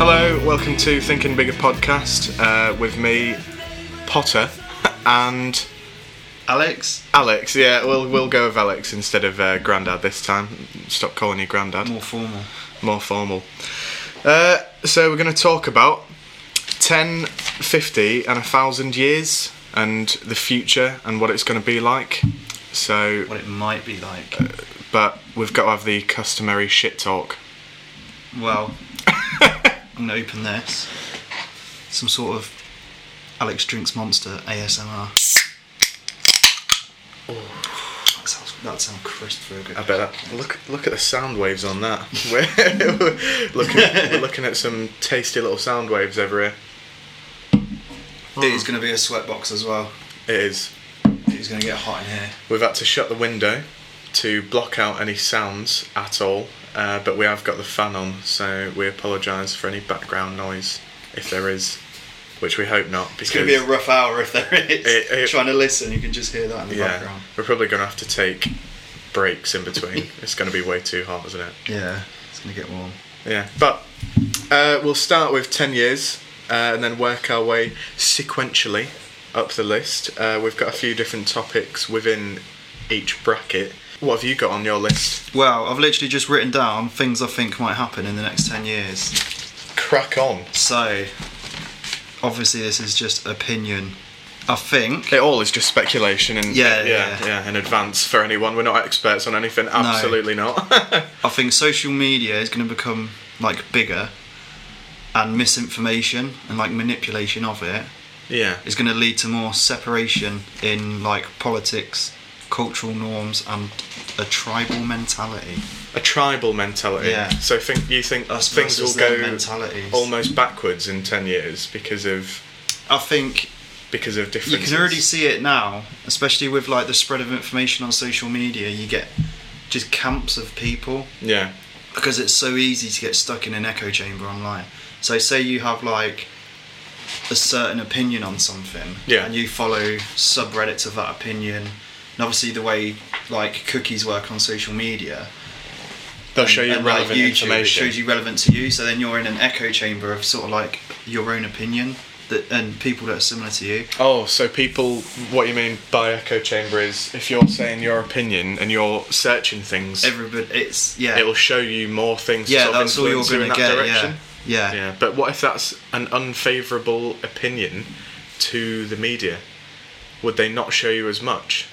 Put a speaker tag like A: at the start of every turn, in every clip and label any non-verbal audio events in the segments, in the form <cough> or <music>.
A: welcome to Thinking Bigger podcast uh, with me, Potter, and
B: Alex,
A: Alex. Yeah, we'll we'll go with Alex instead of uh, Grandad this time. Stop calling you Grandad.
B: more formal.
A: More formal. Uh, so we're going to talk about 10, 50, and a thousand years, and the future, and what it's going to be like. So,
B: What it might be like.
A: but we've got to have the customary shit talk.
B: Well, I'm gonna open this. Some sort of Alex drinks monster ASMR. That sounds that sounds crisp for a good.
A: I bet that. Look, look at the sound waves on that. <laughs> We're, we're looking, we're looking at some tasty little sound waves over here.
B: It is gonna be a sweatbox as well.
A: It is.
B: It is gonna get hot in here.
A: We've had to shut the window to block out any sounds at all, uh, but we have got the fan on, so we apologise for any background noise if there is, which we hope not. Because
B: It's gonna be a rough hour if there is.
A: It- it-
B: Trying to listen, you can just hear that in the
A: yeah,
B: background.
A: we're probably going to have to take breaks in between. it's going to be way too hot, isn't it?
B: Yeah, it's gonna get warm.
A: Yeah, but uh, we'll start with 10 years uh, and then work our way sequentially up the list. Uh, we've got a few different topics within each bracket. What have you got on your list?
B: Well, I've literally just written down things I think might happen in the next ten years.
A: Crack on.
B: So, obviously, this is just opinion. I think.
A: It all is just speculation and
B: Yeah,
A: yeah,
B: yeah.
A: yeah, in advance for anyone. We're not experts on anything, absolutely not. <laughs>
B: I think social media is going to become like bigger, and misinformation and like manipulation of it
A: yeah.
B: is going to lead to more separation in like politics, cultural norms, and a tribal mentality.
A: A tribal mentality.
B: Yeah.
A: So think you think
B: Us
A: things will
B: versus their
A: go
B: mentalities.
A: almost backwards in 10 years because of
B: I think
A: because of
B: you
A: differences.
B: can already see it now, especially with like the spread of information on social media. You get just camps of people
A: Yeah.
B: because it's so easy to get stuck in an echo chamber online. So say you have like a certain opinion on something,
A: Yeah.
B: and you follow subreddits of that opinion, and obviously the way like cookies work on social media,
A: They'll
B: and-
A: show you
B: and, like,
A: relevant
B: YouTube, It
A: information.
B: shows you relevant to you, so then you're in an echo chamber of sort of like your own opinion that and people that are similar to you.
A: Oh, so people, what you mean by echo chamber is if you're saying your opinion and you're searching things,
B: Everybody, it's yeah,
A: it'll show you more things. to
B: yeah,
A: sort of
B: that's all you're
A: influence you
B: gonna
A: in that
B: get. Yeah,
A: direction.
B: yeah,
A: Yeah, but what if that's an unfavourable opinion to the media? Would they not show you as much?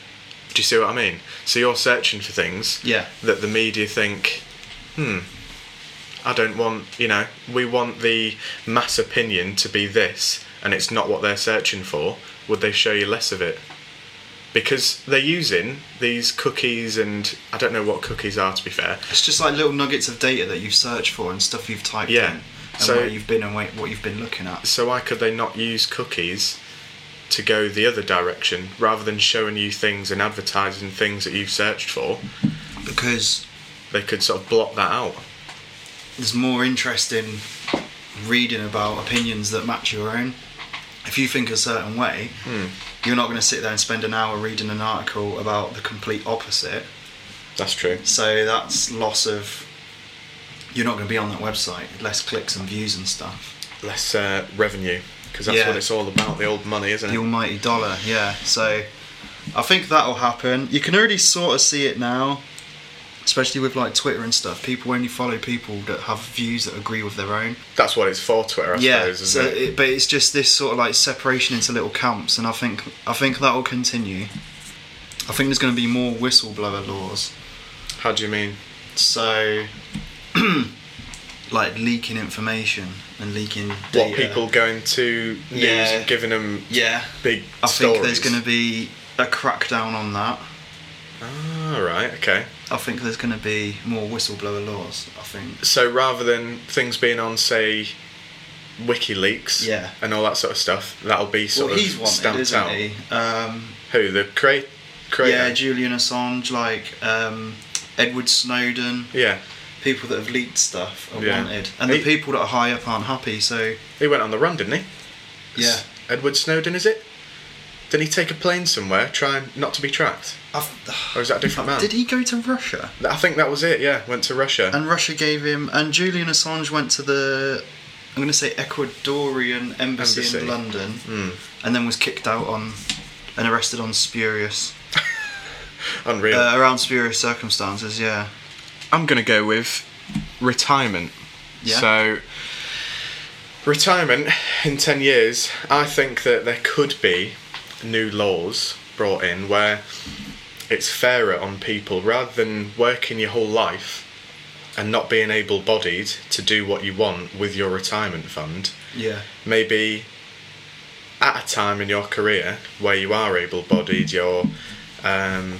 A: Do you see what I mean? So you're searching for things
B: Yeah.
A: that the media think, hmm, I don't want, you know, we want the mass opinion to be this, and it's not what they're searching for. Would they show you less of it? Because they're using these cookies, and I don't know what cookies are to be fair,
B: It's just like little nuggets of data that you've searched for and stuff you've typed
A: Yeah.
B: in, and
A: So-
B: where you've been and wait, what you've been looking at.
A: so why could they not use cookies to go the other direction rather than showing you things and advertising things that you've searched for
B: Because
A: they could sort of block that out
B: there's more interest in reading about opinions that match your own. If you think a certain way, you're not going to sit there and spend an hour reading an article about the complete opposite.
A: that's true
B: So that's loss of. You're not going to be on that website. Less clicks and views and stuff.
A: less uh, revenue because that's
B: Yeah.
A: what it's all about the old money isn't it
B: The almighty dollar, yeah. So I think that'll happen. You can already sort of see it now, especially with like Twitter and stuff. People only follow people that have views that agree with their own.
A: that's what it's for twitter i
B: yeah.
A: suppose
B: so,
A: isn't it?
B: it, but it's just this sort of like separation into little camps, and I think I think that'll continue. I think there's going to be more whistleblower laws.
A: how do you mean
B: So, <clears throat> like leaking information and leaking data.
A: what people going to news
B: uh, Yeah.
A: giving them
B: Yeah.
A: big
B: I
A: stories
B: think there's going to be a crackdown on that.
A: all Ah, right okay
B: I think there's going to be more whistleblower laws. I think.
A: so rather than things being on say WikiLeaks
B: Yeah.
A: and all that sort of stuff, that'll be sort
B: well,
A: of
B: he's wanted,
A: stamped
B: isn't
A: out.
B: he? Um,
A: Who the create?
B: yeah,
A: creator?
B: Julian Assange, like um, Edward Snowden,
A: yeah.
B: people that have leaked stuff are
A: Yeah.
B: wanted, and
A: He-
B: the people that are high up aren't happy. So
A: He went on the run, didn't he?
B: yeah,
A: S- Edward Snowden, is it? Did he take a plane somewhere, trying not to be tracked,
B: I've,
A: or is that a different man?
B: did he go to Russia?
A: I think that was it. Yeah, went to Russia.
B: And Russia gave him, and Julian Assange went to the I'm going to say Ecuadorian embassy,
A: Embassy.
B: in London,
A: Mm.
B: and then was kicked out on and arrested on spurious
A: Unreal.
B: uh, around spurious circumstances. Yeah,
C: I'm going to go with retirement.
B: Yeah.
C: So
A: Retirement in 10 years, I think that there could be new laws brought in where it's fairer on people rather than working your whole life and not being able bodied to do what you want with your retirement fund.
B: yeah,
A: Maybe at a time in your career where you are able bodied, you're um,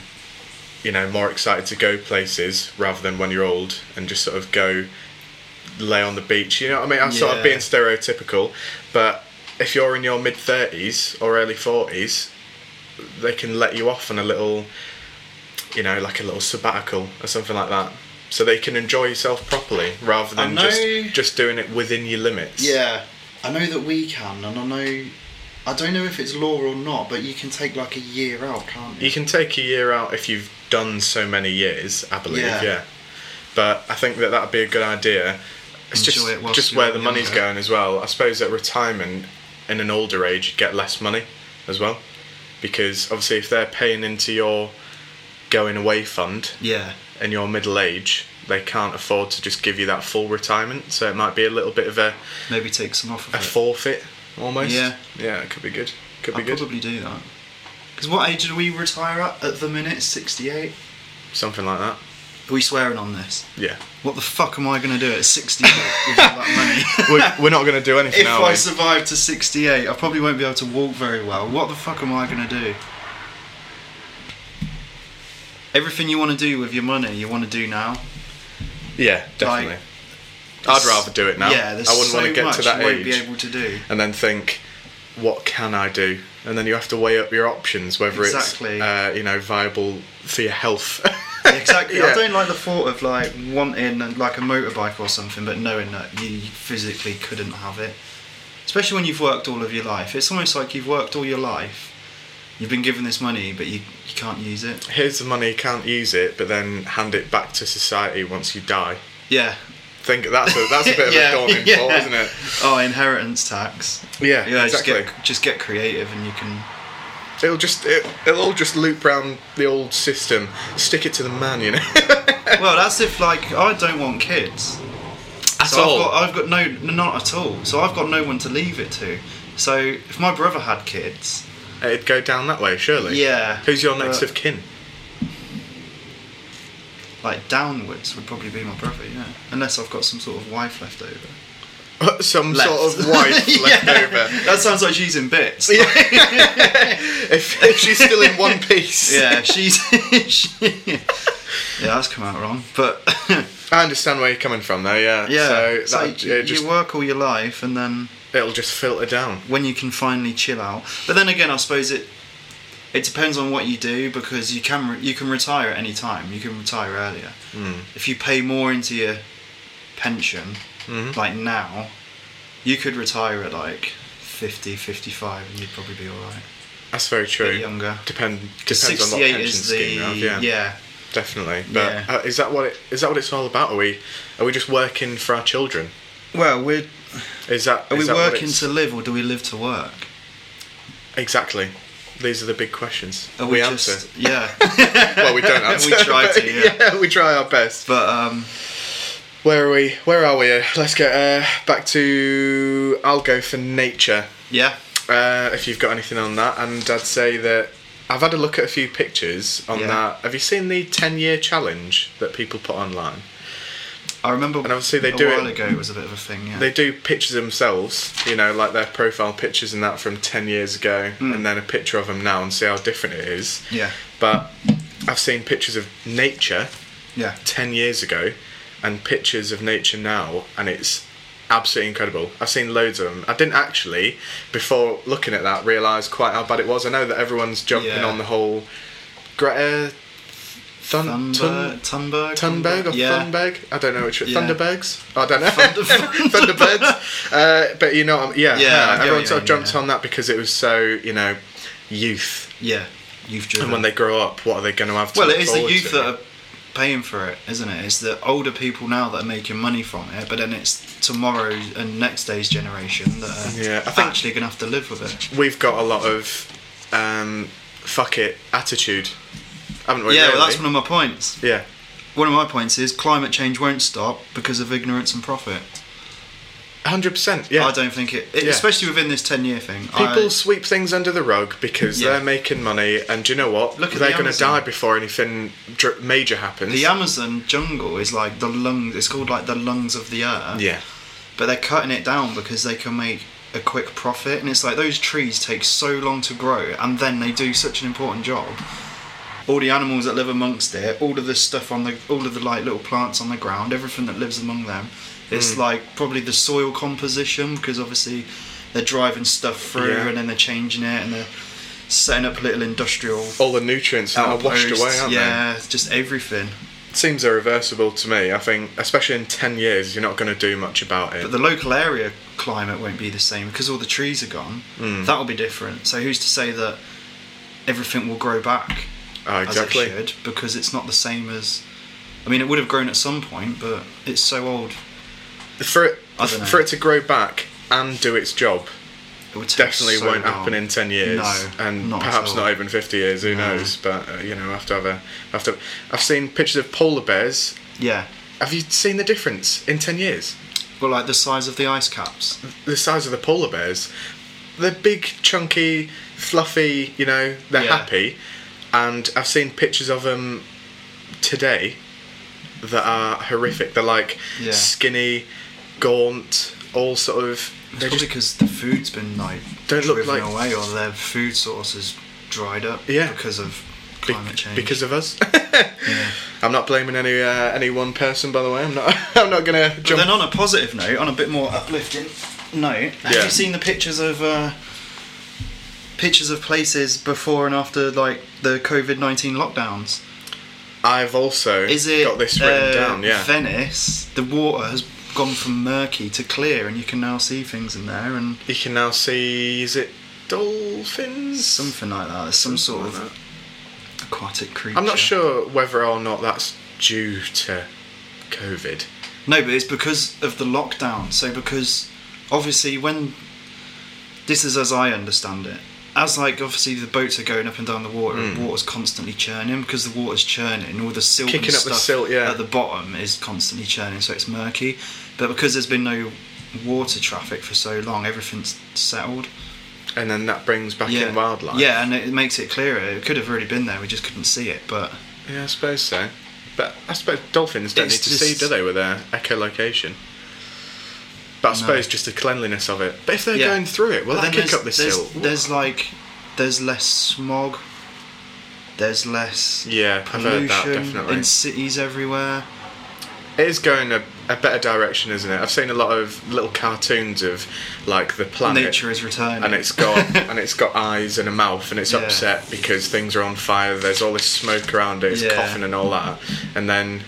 A: you know, more excited to go places rather than when you're old and just sort of go lay on the beach. You know what I mean? I'm sort of
B: Yeah.
A: being stereotypical, but if you're in your mid 30s or early 40s, they can let you off on a little, you know, like a little sabbatical or something like that. So they can enjoy yourself properly rather
B: I
A: than
B: know-
A: just just doing it within your limits.
B: yeah. I know that we can, and I know. I don't know if it's law or not, but you can take like a year out, can't
A: You can take a year out if you've done so many years, I believe. Yeah.
B: Yeah.
A: But I think that that'd be a good idea. It's
B: Enjoy it
A: just
B: whilst
A: just
B: you're
A: where the money's
B: younger.
A: going as well. I suppose at retirement, in an older age, you'd get less money as well, because obviously if they're paying into your going away fund
B: Yeah.
A: in your middle age, they can't afford to just give you that full retirement. So it might be a little bit of a,
B: Maybe take some off of
A: a
B: it.
A: forfeit almost.
B: Yeah.
A: Yeah, it could be good. Could be
B: I'd
A: good.
B: probably do that. Because what age do we retire at at the minute? 68?
A: Something like that.
B: Are we swearing on this? <laughs>
A: Yeah.
B: What the fuck am I going to do at 68 with all <laughs> that money?
A: we're, we're not going to do anything.
B: if
A: are
B: I
A: we?
B: survive to 68, I probably won't be able to walk very well. What the fuck am I going to do? Everything you want to do with your money, you want to do now.
A: Yeah, definitely. I'd rather do it now.
B: Yeah,
A: I wouldn't
B: there's so
A: want to get
B: much
A: to that
B: you won't
A: age
B: be able to
A: <laughs>
B: do.
A: and then think, what can I do? And then you have to weigh up your options, whether
B: Exactly.
A: it's uh, you know viable for your health. <laughs>
B: Exactly.
A: Yeah.
B: I don't like the thought of like wanting like a motorbike or something, but knowing that you physically couldn't have it. Especially when you've worked all of your life. It's almost like you've worked all your life. You've been given this money, but you, you can't use it.
A: Here's the money, can't use it, but then hand it back to society once you die.
B: Yeah.
A: Think that's a that's a
B: <laughs>
A: bit
B: Yeah,
A: of a daunting
B: yeah.
A: thought, isn't it?
B: Oh, inheritance tax.
A: Yeah,
B: Yeah,
A: exactly.
B: just get just get creative and you can.
A: It'll just it, it'll all just loop round the old system. Stick it to the man, you know. <laughs>
B: Well, that's if like I don't want kids.
A: That's
B: so
A: all.
B: I've got, I've got no, not at all. So I've got no one to leave it to. So if my brother had kids,
A: It'd go down that way, surely.
B: uh yeah.
A: Who's your next
B: but-
A: of kin?
B: like downwards would probably be my brother, yeah. Unless I've got some sort of wife left over.
A: Some sort
B: <laughs>
A: of wife left
B: Yeah.
A: over.
B: That sounds like she's in bits. Yeah,
A: If, if she's still
B: <laughs>
A: in one piece.
B: she's. <laughs> she, yeah, that's come out wrong. But <laughs>
A: I understand where you're coming from though, yeah.
B: yeah,
A: So,
B: so
A: that,
B: you,
A: it just,
B: you work all your life, and then
A: it'll just filter down.
B: when you can finally chill out. But then again, I suppose it it depends on what you do because you can re- you can retire at any time. You can retire earlier
A: Mm.
B: if you pay more into your pension,
A: Mhm.
B: like now. You could retire at like 50, 55 and you'd probably be alright.
A: That's very
B: A
A: true.
B: bit younger.
A: Depend, depends
B: 'Cause
A: on what
B: 68
A: pension
B: is the
A: scheme you have, yeah,
B: yeah.
A: definitely. But
B: Yeah.
A: uh, is that what it is that what it's all about? Are we are we just working for our children?
B: Well, we're
A: Is that
B: are
A: is
B: we
A: that what
B: working
A: it's-
B: to live or do we live to work?
A: exactly? These are the big questions.
B: Are
A: we
B: just
A: answer.
B: yeah.
A: well, we don't answer.
B: <laughs> We try
A: but <laughs>
B: to, yeah.
A: yeah, we try our best.
B: but um
A: Where are we? Where are we? Uh, Let's get uh, back to. I'll go for nature.
B: yeah.
A: Uh, if you've got anything on that, and I'd say that I've had a look at a few pictures on
B: Yeah.
A: that. Have you seen the ten-year challenge that people put online?
B: I remember
A: And obviously they
B: a
A: do it-
B: while ago it was a bit of a thing, yeah.
A: They do pictures themselves, you know, like their profile pictures and that from ten years ago, and then a picture of them now, and see how different it is.
B: Hmm. yeah.
A: But I've seen pictures of nature
B: Yeah.
A: 10 years ago and pictures of nature now and it's absolutely incredible i've seen loads of them i didn't actually before looking at that realise quite how bad it was i know that everyone's jumping
B: Yeah.
A: on the whole greta Thun-
B: Thunberg,
A: Tun-
B: Thunberg,
A: Tunberg or
B: yeah.
A: Thunberg? I don't know which
B: Yeah.
A: Thunderbergs. I don't know.
B: Thunder- <laughs>
A: <laughs> Thunderbirds. Uh, but you know, what I'm-
B: Yeah,
A: yeah,
B: I
A: yeah.
B: get what
A: Everyone
B: you
A: sort of
B: mean,
A: jumped
B: yeah.
A: on that because it was so you know, youth.
B: Yeah, youth driven.
A: And when they grow up, what are they going to have? To
B: well,
A: look
B: it is the
A: forward
B: youth
A: to?
B: that are paying for it, isn't it? It's the older people now that are making money from it, but then it's tomorrow and next day's generation that are
A: Yeah, I think-
B: actually going to have to live with it.
A: We've got a lot of um, fuck it attitude, haven't we?
B: yeah,
A: really?
B: well, that's one of my points.
A: yeah.
B: One of my points is climate change won't stop because of ignorance and profit.
A: Hundred percent. Yeah.
B: I don't think it, it
A: Yeah.
B: especially within this ten-year thing.
A: People
B: I,
A: sweep things under the rug because
B: Yeah.
A: they're making money, and do you know what?
B: Look at
A: they're
B: the
A: gonna
B: Amazon.
A: die before anything dr- major happens.
B: the Amazon jungle is like the lungs. It's called like the lungs of the earth.
A: yeah,
B: but they're cutting it down because they can make a quick profit and it's like those trees take so long to grow and then they do such an important job all the animals that live amongst it all of the stuff on the all of the like little plants on the ground everything that lives among them it's
A: Mm.
B: like probably the soil composition because obviously they're driving stuff through
A: Yeah.
B: and then they're changing it and they're setting up little industrial
A: all the nutrients are now washed
B: outposts.
A: away, aren't
B: yeah just everything
A: they? Seems irreversible to me. I think, especially in ten years, you're not gonna do much about it.
B: But the local area climate won't be the same because all the trees are gone.
A: Hmm.
B: That'll be different. So who's to say that everything will grow back
A: Ah, exactly.
B: as it should? Because it's not the same as. I mean, it would have grown at some point, but it's so old.
A: for it
B: I don't know.
A: for it to grow back and do its job
B: It would take
A: definitely
B: so
A: won't
B: long.
A: happen in 10 years
B: No,
A: and
B: not at
A: perhaps
B: all.
A: not even 50 years who
B: No.
A: knows but uh, you know I have to have a have to I've seen pictures of polar bears
B: Yeah.
A: have you seen the difference in 10 years
B: Well, like the size of the ice caps.
A: the size of the polar bears they're big chunky fluffy you know they're
B: Yeah.
A: happy and I've seen pictures of them today that are horrific they're like
B: Yeah.
A: skinny gaunt all sort of
B: It's
A: they're
B: probably
A: just
B: because the food's been like
A: Don't look
B: driven
A: like-
B: away, or their food source has dried up.
A: Yeah.
B: Because of
A: be-
B: climate change.
A: because of us
B: Yeah.
A: I'm not blaming any uh, any one person, by the way. I'm not. <laughs> I'm not gonna
B: But
A: jump.
B: then on a positive note, on a bit more uplifting note, have
A: Yeah.
B: you seen the pictures of uh, pictures of places before and after like the COVID nineteen lockdowns?
A: I've also
B: Is it
A: got this written
B: uh,
A: down. Yeah,
B: Venice? The water has gone from murky to clear, and you can now see things in there and
A: you can now see. Is it dolphins?
B: something like that. There's some sort
A: Something
B: of
A: like
B: aquatic creature.
A: I'm not sure whether or not that's due to COVID.
B: No, but it's because of the lockdown. So because obviously when this is as I understand it, as like obviously the boats are going up and down the water,
A: Hmm.
B: and water's constantly churning because the water's churning. All the silt and
A: Kicking up the
B: stuff
A: silt, yeah.
B: at the bottom is constantly churning, so it's murky. But because there's been no water traffic for so long, everything's settled.
A: And then that brings back in wildlife.
B: Yeah, and it makes it clearer. It could have already been there. We just couldn't see it, but.
A: yeah, I suppose so. But I suppose dolphins don't
B: It's
A: need to
B: just-
A: see, do they, with their echolocation? But I
B: No.
A: suppose just the cleanliness of it. But if they're
B: Yeah.
A: going through it, well,
B: But
A: that
B: then
A: kick
B: there's-
A: up the
B: there's,
A: silt.
B: There's like, there's less smog. There's less
A: yeah, I've
B: pollution
A: heard that definitely.
B: in cities everywhere.
A: It is going a, a better direction, isn't it? I've seen a lot of little cartoons of like the planet,
B: Nature is returning,
A: and it's
B: <laughs>
A: got and it's got eyes and a mouth, and it's
B: Yeah.
A: upset because things are on fire. There's all this smoke around it. It's
B: Yeah.
A: coughing and all that, and then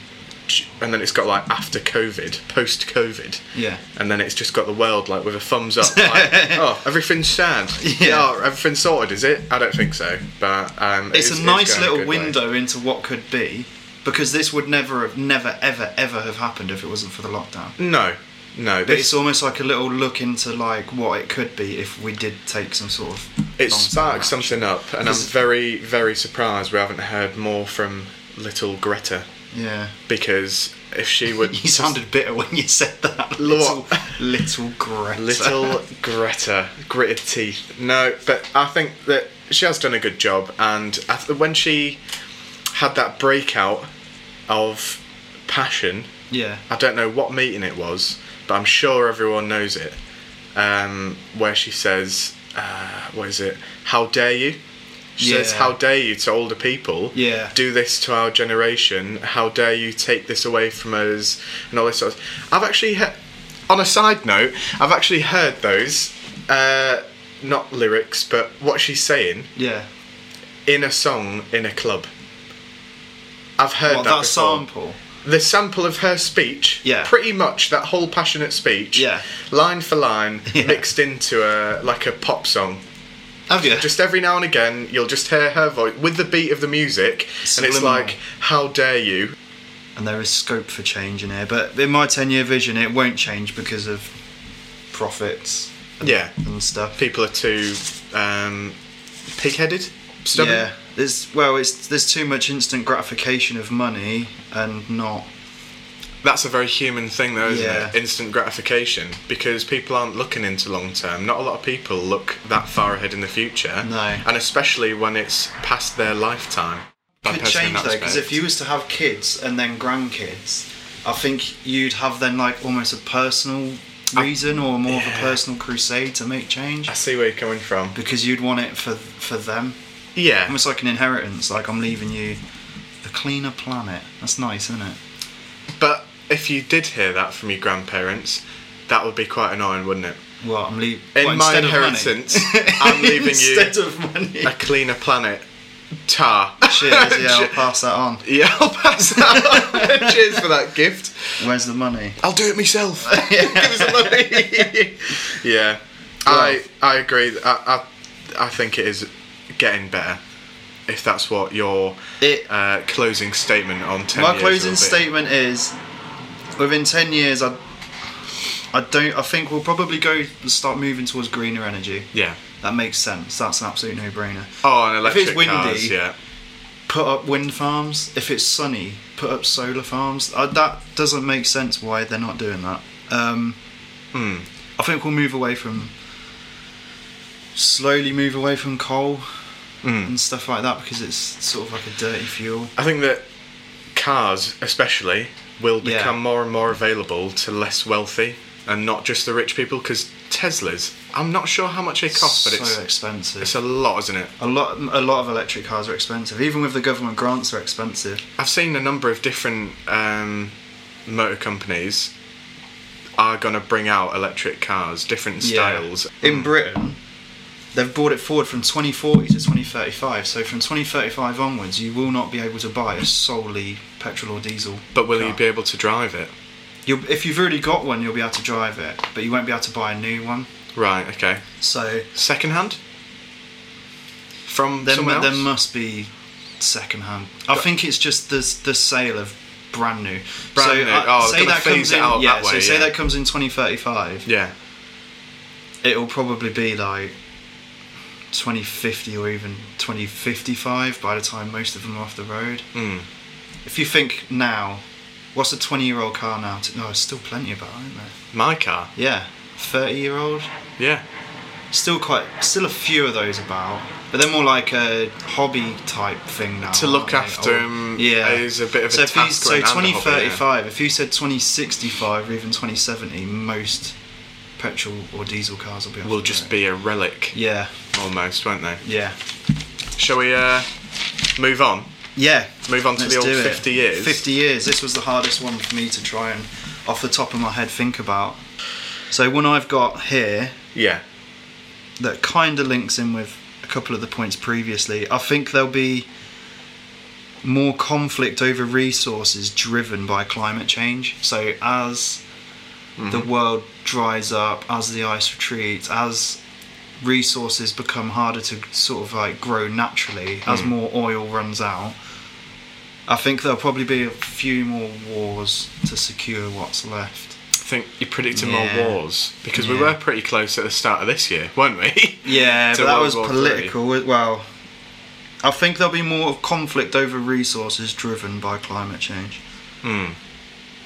A: and then it's got like after COVID, post COVID.
B: yeah.
A: And then it's just got the world like with a thumbs
B: <laughs>
A: up, like, oh, everything's sad.
B: Yeah.
A: Oh, everything's sorted, is it? I don't think so. But um, it
B: It's
A: is-
B: a
A: is
B: nice
A: going
B: little
A: good way.
B: window into what could be, because this would never have, never, ever, ever have happened if it wasn't for the lockdown.
A: No, no.
B: But it's almost like a little look into like what it could be if we did take some sort of. long-term
A: It sparked
B: action.
A: something up, and I'm
B: Because-
A: very, very surprised we haven't heard more from little Greta
B: Yeah. <laughs>
A: because if she would.
B: You sounded bitter when you said that. Little,
A: Lo-
B: little Greta.
A: <laughs>
B: <laughs>
A: Little Greta, gritted teeth. No, but I think that she has done a good job, and I th- when she had that breakout of passion,
B: Yeah.
A: I don't know what meeting it was, but I'm sure everyone knows it. Um, where she says, uh, "What is it? How dare you?" She says,
B: Yeah.
A: "How dare you to older people?
B: Yeah.
A: do this to our generation? How dare you take this away from us?" And all this sort of. I've actually, he- on a side note, I've actually heard those, uh, not lyrics, but what she's saying
B: Yeah.
A: in a song in a club. I've heard
B: What,
A: that,
B: that,
A: before
B: sample.
A: the sample of her speech,
B: Yeah.
A: pretty much that whole passionate speech,
B: Yeah.
A: line for line,
B: <laughs> Yeah.
A: mixed into a like a pop song.
B: Have you?
A: Just every now and again, you'll just hear her voice with the beat of the music, and it's
B: Subliminal.
A: like, "How dare you?"
B: and there is scope for change in here. But in my ten-year vision, it won't change because of profits
A: Yeah.
B: and stuff.
A: People are too um, pig-headed, stubborn.
B: Yeah, there's well, it's there's too much instant gratification of money and not.
A: That's a very human thing, though, isn't
B: Yeah.
A: it? Instant gratification, because people aren't looking into long term. Not a lot of people look that far ahead in the future.
B: No.
A: And especially when it's past their lifetime. Bad
B: could
A: person in
B: change
A: that
B: though because
A: respect.
B: if you was to have kids and then grandkids, I think you'd have then like almost a personal reason or more of a
A: Ah. yeah.
B: personal crusade to make change
A: I see where you're coming from.
B: because you'd want it for for them.
A: Yeah.
B: Almost like an inheritance. Like I'm leaving you a cleaner planet. That's nice, isn't it?
A: But if you did hear that from your grandparents, that would be quite annoying, wouldn't it?
B: Well, I'm leaving.
A: In my
B: <laughs>
A: inheritance, I'm leaving you
B: instead of money.
A: a cleaner planet. Tar. <laughs>
B: Cheers. Yeah, I'll pass that on.
A: yeah, I'll pass that
B: <laughs>
A: on. Cheers for that gift.
B: Where's the money?
A: I'll do it <laughs> myself. Give us the money. <laughs> yeah, I I agree. I, I I think it is getting better. If that's what your
B: It-
A: uh, closing statement on ten
B: My
A: years
B: closing
A: will be.
B: statement is: within ten years, I, I don't. I think we'll probably go start moving towards greener energy.
A: Yeah.
B: That makes sense. That's an absolute no-brainer.
A: Oh, and electric
B: it's windy-
A: cars. Yeah.
B: Put up wind farms. If it's sunny, put up solar farms. Uh that doesn't make sense. Why they're not doing that? Um,
A: Hmm.
B: I think we'll move away from. Slowly move away from coal
A: Mm.
B: and stuff like that because it's sort of like a dirty fuel.
A: I think that cars, especially, will
B: Yeah.
A: become more and more available to less wealthy and not just the rich people. Because Teslas, I'm not sure how much they cost, but
B: so
A: it's
B: expensive.
A: it's a lot, isn't it?
B: A lot, a lot of electric cars are expensive. Even with the government grants, are expensive.
A: I've seen a number of different um, motor companies are going to bring out electric cars, different styles. Mm,
B: In Britain, they've brought it forward from 2040 to 2035. So from 2035 onwards, you will not be able to buy a solely petrol or diesel.
A: But will
B: car.
A: you be able to drive it?
B: You'll, if you've already got one, you'll be able to drive it, but you won't be able to buy a new one.
A: Right. Okay.
B: So
A: Second hand. From
B: there,
A: someone
B: mu-
A: else.
B: there must be secondhand. I think it's just the the sale of brand new.
A: Brand
B: so,
A: new.
B: uh,
A: Oh,
B: say
A: gonna
B: that
A: phase
B: comes
A: it
B: in,
A: out
B: yeah.
A: that
B: so
A: way,
B: say
A: yeah.
B: that comes in 2035.
A: yeah.
B: it'll probably be like 2050 or even 2055 by the time most of them are off the road.
A: Mm.
B: If you think now, what's a 20 year old car now? To, no, there's still plenty about, aren't there?
A: My car.
B: Yeah, 30 year old.
A: Yeah.
B: Still quite, still a few of those about, but they're more like a hobby type thing now.
A: To look
B: aren't they?
A: after
B: Or-
A: 'em is a bit of a
B: oh, so if you-
A: task
B: So
A: and a hobby, yeah.
B: 2035, if you said 2065 or even 2070, most petrol or diesel cars will be. off
A: Will
B: the
A: just
B: road.
A: be a relic
B: Yeah,
A: almost, won't they?
B: yeah.
A: Shall we uh, move on?
B: Yeah.
A: Move on to the old
B: do it.
A: 50 years.
B: 50 years. This was the hardest one for me to try and, off the top of my head, think about. So, one I've got here
A: Yeah.
B: that kind of links in with a couple of the points previously, I think there'll be more conflict over resources driven by climate change. So, as the world dries up, as the ice retreats, as resources become harder to sort of like grow naturally, as more oil runs out. I think there'll probably be a few more wars to secure what's left.
A: I think you're predicting
B: Yeah.
A: more wars because we
B: Yeah.
A: were pretty close at the start of this year, weren't we?
B: Yeah,
A: To
B: but that
A: World
B: was
A: War
B: political. Well, I think there'll be more conflict over resources driven by climate change.
A: Hmm.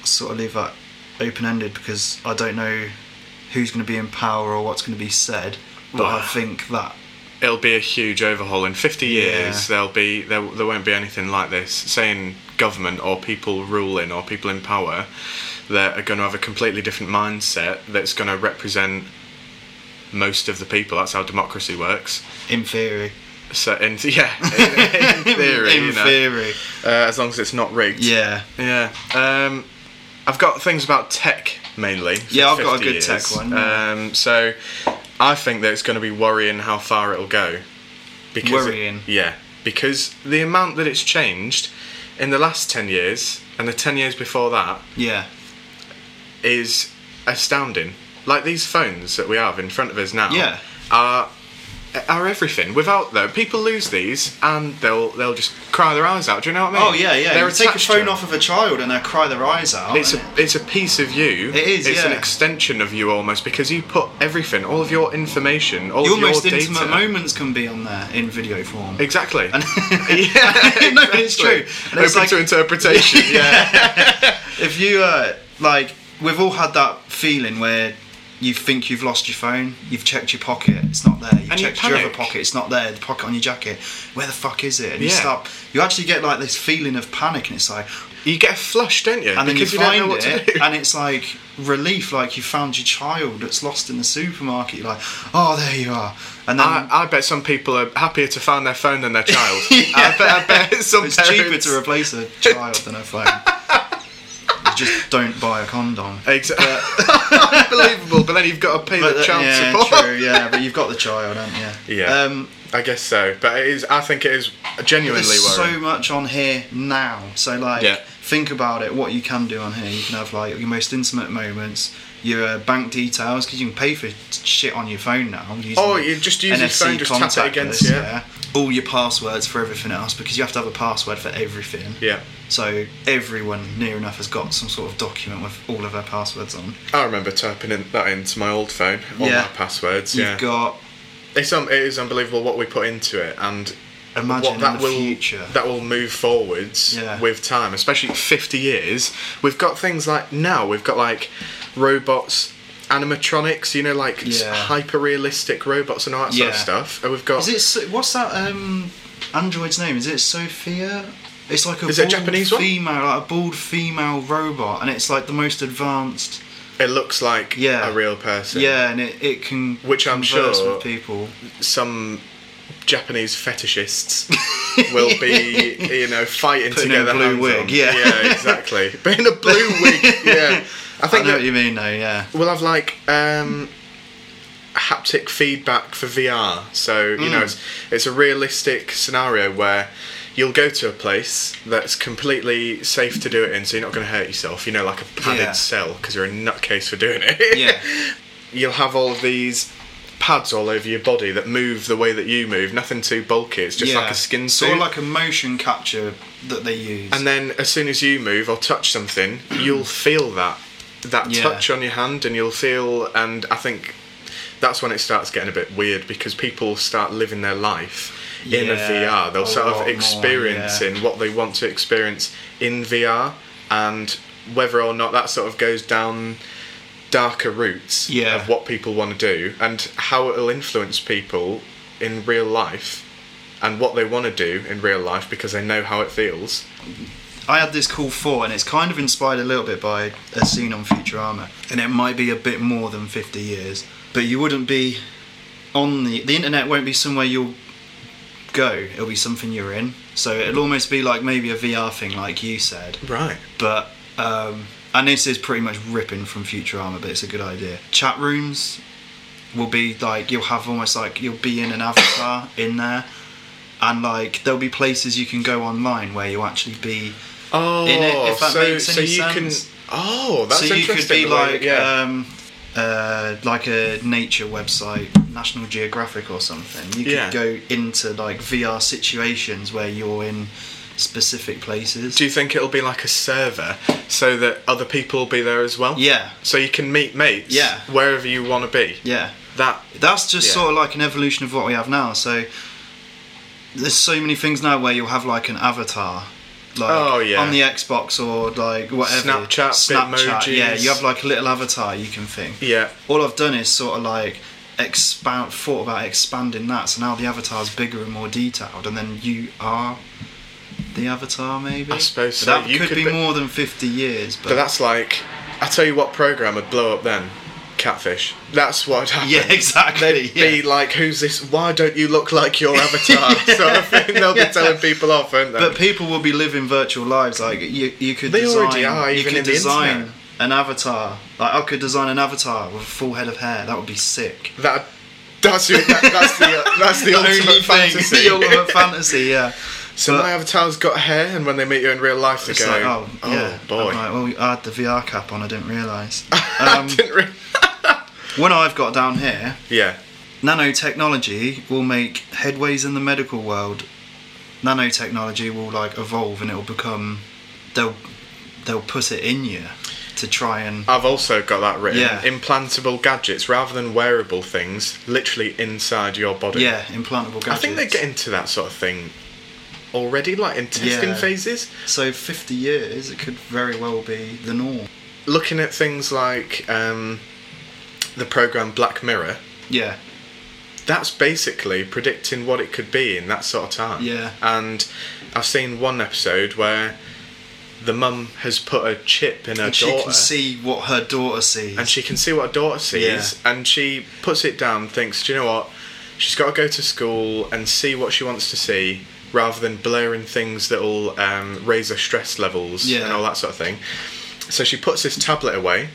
B: I sort of leave that open ended because I don't know who's going to be in power or what's going to be said. But I
A: Well,
B: think that
A: <laughs> It'll be a huge overhaul in 50 years.
B: Yeah.
A: There'll be there, there won't be anything like this. Saying government or people ruling or people in power that are going to have a completely different mindset that's going to represent most of the people. That's how democracy works.
B: in theory,
A: So in <laughs> yeah, in, in
B: <laughs>
A: theory,
B: in
A: you know,
B: theory,
A: Uh, as long as it's not rigged.
B: yeah,
A: Yeah. Um, I've got things about tech mainly. for
B: Yeah, I've got a
A: 50
B: good
A: years.
B: tech one, yeah.
A: Um, so I think that it's going to be worrying how far it'll go. Because it-
B: Worrying.
A: yeah, because the amount that it's changed in the last ten years and the ten years before that
B: yeah,
A: is astounding. Like these phones that we have in front of us now
B: Yeah.
A: are are everything. Without though, people lose these and they'll they'll just cry their eyes out. Do you know what I mean?
B: Oh yeah, yeah.
A: They're
B: you take a
A: attached to
B: phone
A: them.
B: off of a child and they cry their eyes out.
A: It's
B: and
A: a it's a piece of you.
B: It is,
A: It's an
B: yeah.
A: extension of you almost because you put everything, all of your information, all
B: your
A: of your
B: most
A: data.
B: intimate moments can be on there in video form.
A: Exactly.
B: And- <laughs>
A: <laughs> yeah,
B: No, but it's true.
A: exactly.
B: And it's
A: Open
B: like-
A: to
B: <laughs>
A: interpretation. yeah.
B: if you uh, like we've all had that feeling where you think you've lost your phone you've checked your pocket it's not there you've
A: And you
B: checked your other
A: panic.
B: pocket it's not there the pocket on your jacket where the fuck is it and you
A: Yeah.
B: stop you actually get like this feeling of panic and it's like
A: You get a flush, don't you?
B: and then you
A: because
B: find
A: don't know what
B: it
A: to do.
B: and it's like relief like you found your child that's lost in the supermarket you're like oh there you are and then
A: I, I bet some people are happier to find their phone than their child. I bet, I bet some
B: <laughs> it's
A: parents...
B: cheaper to replace a child than a phone You just don't buy a condom
A: Exactly. <laughs> Unbelievable, but then you've got to pay the
B: uh,
A: child
B: yeah,
A: support.
B: True, yeah, but you've got the child, haven't you?
A: <laughs> Yeah.
B: Um,
A: I guess so, but it is. I think it is genuinely
B: there's so
A: worrying.
B: much on here now. So like,
A: Yeah.
B: think about it. What you can do on here, you can have like your most intimate moments, your uh, bank details, because you can pay for shit on your phone now. using
A: Oh,
B: the
A: you just use your phone, just tap it
B: contact
A: against
B: list,
A: yeah.
B: All your passwords for everything else, because you have to have a password for everything.
A: Yeah.
B: So everyone near enough has got some sort of document with all of their passwords on.
A: I remember typing in, that into my old phone, all
B: Yeah.
A: my passwords. yeah,
B: You've got
A: it's um, it is unbelievable what we put into it, and
B: imagine
A: what that
B: in the
A: will
B: future.
A: that will move forwards
B: Yeah.
A: with time, especially 50 years. We've got things like now we've got like robots, animatronics, you know, like
B: Yeah.
A: hyper realistic robots and all that sort of
B: Yeah.
A: stuff. And we've got
B: Is it so- what's that um, android's name? Is it Sophia? It's like a
A: Is it a
B: bald
A: Japanese one?
B: female, like a bald female robot, and it's like the most advanced.
A: it looks like
B: Yeah.
A: a real person.
B: Yeah, and it, it can
A: Which I'm
B: converse
A: sure-
B: with people.
A: Some Japanese
B: <laughs>
A: fetishists will be, you know, fighting
B: Putting
A: to
B: in
A: get
B: a
A: their
B: blue
A: hands
B: wig,
A: on.
B: yeah.
A: yeah, exactly. But in a blue wig,
B: <laughs>
A: yeah. I
B: I
A: think
B: know
A: that-
B: what you mean, though. Yeah,
A: we'll have like um, haptic feedback for VR. So you
B: Hmm.
A: know, it's, it's a realistic scenario where you'll go to a place that's completely safe to do it in, so you're not going to hurt yourself. You know, like a padded
B: Yeah.
A: cell because you're a nutcase for doing it.
B: Yeah.
A: <laughs> you'll have all of these. Pads all over your body that move the way that you move. Nothing too bulky. It's just
B: yeah.
A: like a skin suit.
B: sort of like a motion capture that they use.
A: And then as soon as you move or
B: <clears throat>
A: touch something, you'll feel that that
B: Yeah.
A: touch on your hand, and you'll feel. And I think that's when it starts getting a bit weird because people start living their life in a
B: Yeah,
A: VR. They'll
B: a
A: sort
B: lot
A: of
B: more,
A: experiencing what they want to experience in VR, and whether or not that sort of goes down darker routes
B: Yeah.
A: of what people want to do and how it'll influence people in real life and what they want to do in real life because they know how it feels
B: I had this cool thought, and it's kind of inspired a little bit by a scene on Futurama, and it might be a bit more than 50 years, but you wouldn't be on the the internet won't be somewhere you'll go. It'll be something you're in, so it'll almost be like maybe a VR thing, like you said.
A: Right.
B: But um, and this is pretty much ripping from Futurama, but it's a good idea. Chat rooms will be like you'll have almost like you'll be in an avatar in there. And like there'll be places you can go online where you'll actually be
A: Oh,
B: In it, if that
A: so
B: makes
A: so
B: any
A: you
B: sense.
A: can. Oh, that's
B: so you
A: interesting.
B: could be
A: the way-
B: like
A: yeah.
B: um, uh, like a nature website, National Geographic or something. You could
A: Yeah.
B: go into like VR situations where you're in specific places.
A: Do you think it'll be like a server so that other people will be there as well?
B: yeah,
A: So you can meet mates.
B: Yeah.
A: Wherever you want to be.
B: yeah.
A: That.
B: That's just
A: Yeah.
B: sort of like an evolution of what we have now. So there's so many things now where you'll have like an avatar. Like
A: Oh, yeah.
B: on the Xbox or like whatever
A: Snapchat, Bitmojis.
B: yeah, you have like a little avatar you can thing.
A: Yeah.
B: all I've done is sort of like expand thought about expanding that so now the avatar's bigger and more detailed and then you are the avatar maybe
A: I suppose
B: But
A: so.
B: that
A: You
B: could,
A: could
B: be,
A: be-
B: more than 50 years but,
A: But that's like. I tell you what program would blow up then. Catfish. That's what would happen.
B: <laughs> yeah exactly <laughs> yeah.
A: Be like, who's this? Why don't you look like
B: <laughs>
A: your avatar? sort of thing. They'll be telling people off, won't they?
B: but people will be living virtual lives like you, you could
A: They
B: design,
A: already are,
B: you
A: even
B: could
A: in the
B: design
A: internet.
B: an avatar like I could design an avatar with a full head of hair that would be sick
A: that. That's, your, that, that's the
B: <laughs>
A: that's the, ultimate fantasy.
B: the ultimate fantasy
A: <laughs>
B: yeah
A: So
B: But-
A: my avatar's got hair, and when they meet you in real life, they
B: It's
A: go,
B: like, oh,
A: "Oh,
B: yeah.
A: boy." <laughs>
B: I'm like, well, I had the VR cap on, I didn't realise.
A: I
B: Um,
A: didn't re-
B: one I've got down here,
A: yeah,
B: nanotechnology will make headways in the medical world. Nanotechnology will like evolve and it'll become they'll they'll put it in you to try and
A: I've also got that written.
B: Yeah.
A: Implantable gadgets rather than wearable things, literally inside your body.
B: yeah implantable gadgets.
A: I think they get into that sort of thing already, like in testing
B: Yeah.
A: phases.
B: so 50 years it could very well be the norm.
A: Looking at things like um, the program Black Mirror,
B: Yeah,
A: that's basically predicting what it could be in that sort of time.
B: Yeah.
A: And I've seen one episode where the mum has put a chip in her
B: and she
A: daughter.
B: can see what her daughter sees.
A: and she can see what her daughter sees, and she puts it down, thinks, do you know what? She's got to go to school and see what she wants to see, rather than blaring things that'll um, raise her stress levels and
B: Yeah.
A: all that sort of thing. So she puts this tablet away.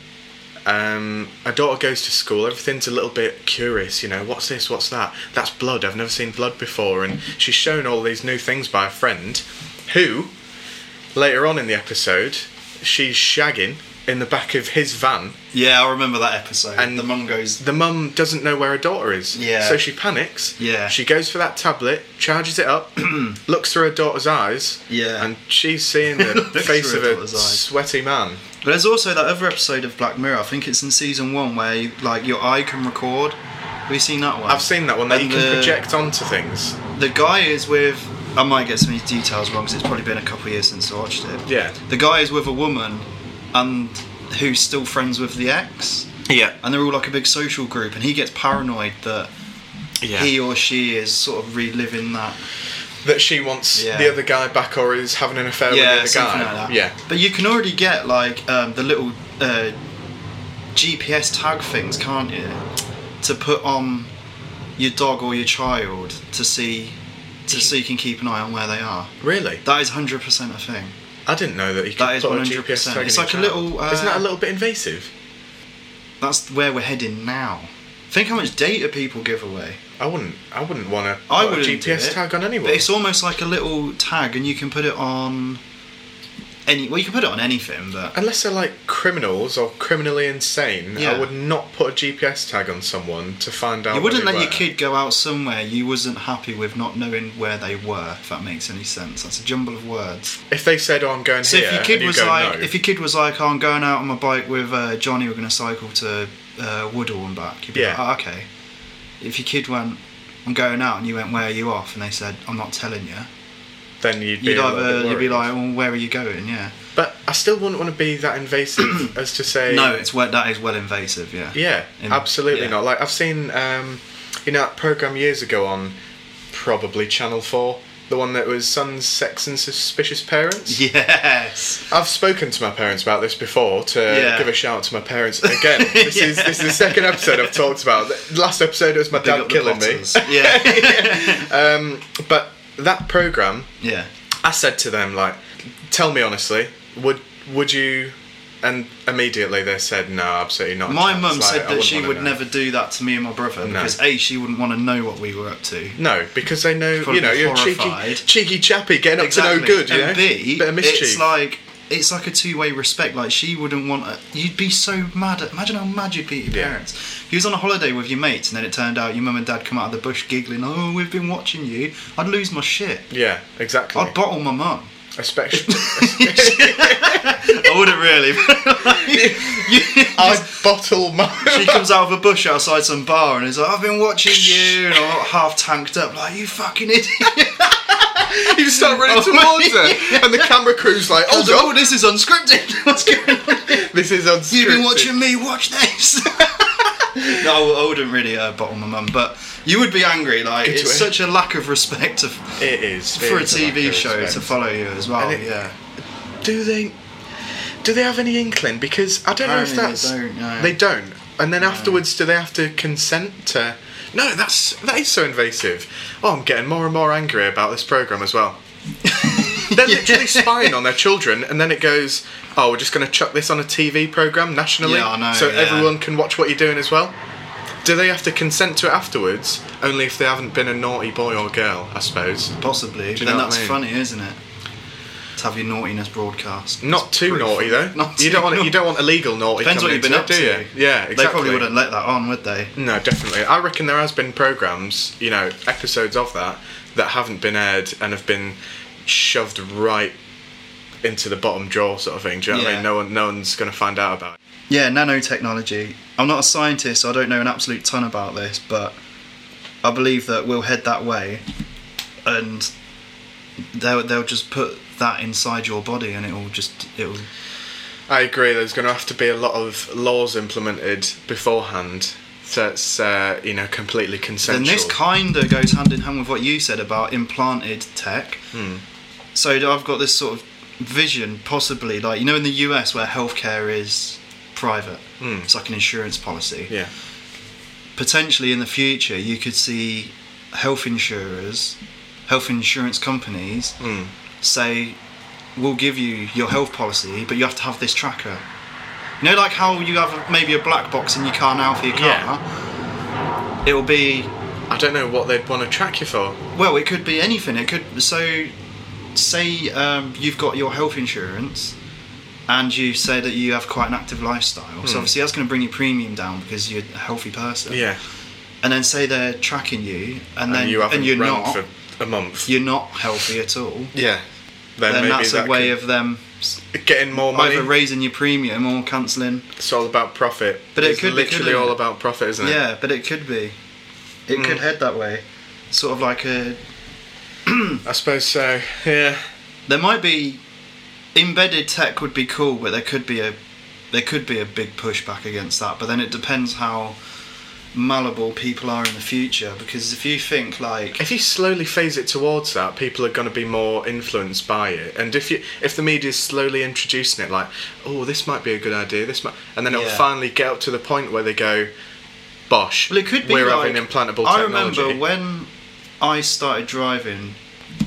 A: Um, her daughter goes to school. Everything's a little bit curious, you know. What's this? What's that? That's blood. I've never seen blood before. And she's shown all these new things by a friend, who later on in the episode, she's shagging in the back of his van
B: yeah, I remember that episode.
A: And-
B: And the mum goes,
A: the mum doesn't know where her daughter is.
B: Yeah.
A: So she panics.
B: Yeah.
A: She goes for that tablet, charges it
B: <clears throat>
A: up, looks through her daughter's eyes.
B: Yeah.
A: And she's seeing the
B: <laughs> Looks
A: face
B: through
A: of
B: her
A: a
B: daughter's eyes.
A: sweaty man.
B: But there's also that other episode of Black Mirror. I think it's in season one where like your eye can record. Have you seen that one?
A: I've seen that one that
B: And
A: you can
B: the-
A: project onto things.
B: The guy is with. I might get some of these details wrong because it's probably been a couple of years since I watched it.
A: Yeah.
B: The guy is with a woman, and who's still friends with the ex,
A: Yeah.
B: and they're all like a big social group, and he gets paranoid that
A: Yeah.
B: he or she is sort of reliving that.
A: that she wants
B: Yeah.
A: the other guy back or is having an affair
B: yeah,
A: Oh, with the other
B: something
A: guy.
B: like that.
A: Yeah.
B: But you can already get like um, the little uh, GPS tag things, can't you, to put on your dog or your child to see, to so you can keep an eye on where they are.
A: Really?
B: That is hundred percent a thing.
A: I didn't know that you could
B: That is
A: put a
B: 100%.
A: GPS tag in
B: It's
A: your
B: like a
A: child.
B: little, uh,
A: Isn't that a little bit invasive?
B: That's where we're heading now. Think how much data people give away.
A: I wouldn't. I wouldn't want to.
B: I
A: put a
B: wouldn't do
A: GPS
B: it,
A: tag on anyone.
B: But it's almost like a little tag, and you can put it on any. Well, you can put it on anything, but
A: Unless they're like criminals or criminally insane, I
B: Yeah.
A: would not put a GPS tag on someone to find out.
B: you wouldn't
A: where
B: let
A: they
B: your
A: were.
B: kid go out somewhere you wasn't happy with not knowing where they were. If that makes any sense, that's a jumble of words.
A: If they said, "Oh, I'm going
B: So
A: here,"
B: if your kid
A: and you
B: was
A: go,
B: like,
A: no,
B: if your kid was like, oh, "I'm going out on my bike with uh, Johnny, we're going to cycle to uh, Woodall and back," you'd be
A: Yeah.
B: like, oh, "Okay." If your kid went, "I'm going out," and you went, "Where are you off?" and they said, "I'm not telling you,"
A: then you'd be,
B: you'd
A: a little
B: either
A: bit
B: you'd be
A: worried.
B: like, "Well, where are you going?" Yeah.
A: But I still wouldn't want to be that
B: <clears throat>
A: invasive as to say,
B: No, it's well, that is well invasive. Yeah.
A: yeah,
B: In-
A: absolutely
B: yeah.
A: not." Like I've seen, um, you know, that program years ago on probably Channel Four, the one that was Sons, Sex, and Suspicious Parents.
B: <laughs> Yes.
A: I've spoken to my parents about this before to
B: Yeah.
A: give a shout out to my
B: <laughs>
A: parents again. This is this is the second episode I've talked about. The last episode was my
B: Big
A: dad
B: up the
A: killing me. Um,
B: Potters. Yeah.
A: <laughs> But that program,
B: yeah.
A: I said to them like, "Tell me honestly, would would you?" And immediately they said, "No, absolutely not." a
B: My
A: chance.
B: mum
A: Like, I
B: said that
A: wouldn't
B: she
A: wanna
B: would
A: know."
B: never do that to me and my brother because a she wouldn't want to know what we were up to.
A: No, because they know
B: Probably
A: you know you're a cheeky,
B: horrified.
A: cheeky chappy getting up to no good. You
B: and
A: know?
B: B,
A: bit of mischief.
B: it's like it's like a two-way respect. Like she wouldn't want a, you'd be so mad. At, imagine how mad you'd be at your
A: Yeah.
B: parents. You was on a holiday with your mates, and then it turned out your mum and dad come out of the bush giggling. Oh, we've been watching you. I'd lose my shit.
A: yeah, exactly.
B: I'd bottle my mum. <laughs>
A: Especially,
B: I wouldn't really. <laughs>
A: I bottle my.
B: she comes out of a bush outside some bar and is like, "I've been watching you," and I'm like, half tanked up, like, "You fucking idiot!"
A: <laughs> You start
B: Oh,
A: running towards her, and the camera crew's like,
B: I
A: "Oh
B: was like,
A: god,
B: oh, this is unscripted. <laughs> What's going on?
A: this is unscripted."
B: You've been watching me. Watch
A: <laughs>
B: this. no, I wouldn't really uh, bottle my mum, but you would be angry. Like
A: Into
B: it's
A: it.
B: such a lack of respect of,
A: It is
B: for a
A: It is lack
B: TV
A: of
B: show to
A: respect.
B: follow you as well.
A: And it-
B: yeah.
A: Do they? Do they have any inkling? Because I don't know if
B: Apparently
A: that's
B: they don't, no.
A: they don't. And then afterwards, do they have to consent to? No, that's that is so invasive. Oh, I'm getting more and more angry about this program
B: <laughs>
A: as well. They're literally spying on their children, and then it goes, "Oh, we're just going to chuck this on a TV program nationally,
B: Yeah, I know,
A: so
B: yeah.
A: everyone can watch what you're doing as well." Do they have to consent to it afterwards? Only if they haven't been a naughty boy or girl, I suppose.
B: Possibly.
A: Do you
B: then
A: know what
B: that's
A: I mean?
B: funny, isn't it? to have your naughtiness broadcast.
A: Not too
B: pretty
A: naughty
B: fun.
A: though.
B: Not
A: you
B: too
A: don't want
B: naughty.
A: you don't want illegal naughty.
B: Depends what you've
A: coming
B: been
A: into
B: up
A: it,
B: to.
A: do you? Yeah, exactly.
B: They probably wouldn't let that on, would they?
A: No, definitely. I reckon there has been programs, you know, episodes of that that haven't been aired and have been shoved right into the bottom jaw, sort of thing. Do you know what I
B: Yeah.
A: mean? No one, no one's going to find out about it.
B: Yeah, nanotechnology. I'm not a scientist, so I don't know an absolute ton about this, but I believe that we'll head that way, and they'll they'll just put that inside your body, and it'll just it'll
A: I agree. There's going to have to be a lot of laws implemented beforehand that's, uh, you know, completely
B: Then
A: consensual.
B: this kind of goes hand in hand with what you said about implanted tech. So I've got this sort of vision, possibly like you know in the US where healthcare is private, it's like an insurance policy.
A: yeah.
B: Potentially in the future, you could see health insurers, health insurance companies
A: Mm.
B: say, "We'll give you your health policy, but you have to have this tracker." You know, like how you have maybe a black box in your car now for your car.
A: Yeah.
B: It'll be
A: I don't know what they'd want to track you for.
B: well, it could be anything. It could so say um, you've got your health insurance, and you say that you have quite an active lifestyle. So obviously that's going to bring your premium down because you're a healthy person.
A: Yeah.
B: And then say they're tracking you, and, then
A: and you haven't
B: and you're
A: run
B: not
A: for a month.
B: you're not healthy at all.
A: yeah. Then,
B: Then
A: maybe
B: that's
A: that
B: a way
A: could-
B: of them s-
A: getting more money.
B: either raising your premium or cancelling.
A: It's all about profit.
B: But it
A: it's
B: could be,
A: literally
B: couldn't it?
A: all about profit, isn't it?
B: Yeah, but it could be. It could
A: Hmm.
B: head that way. Sort of like a
A: I suppose so. Yeah.
B: there might be embedded tech would be cool, but there could be a there could be a big pushback against that. But then it depends how malleable people are in the future. Because if you think like
A: If you slowly phase it towards that, people are going to be more influenced by it. And if you if the media's slowly introducing it, like, oh, this might be a good idea, this might, and then it'll
B: Yeah.
A: finally get up to the point where they go, bosh.
B: well, it could be
A: We're
B: like,
A: having implantable
B: I
A: technology.
B: remember when I started driving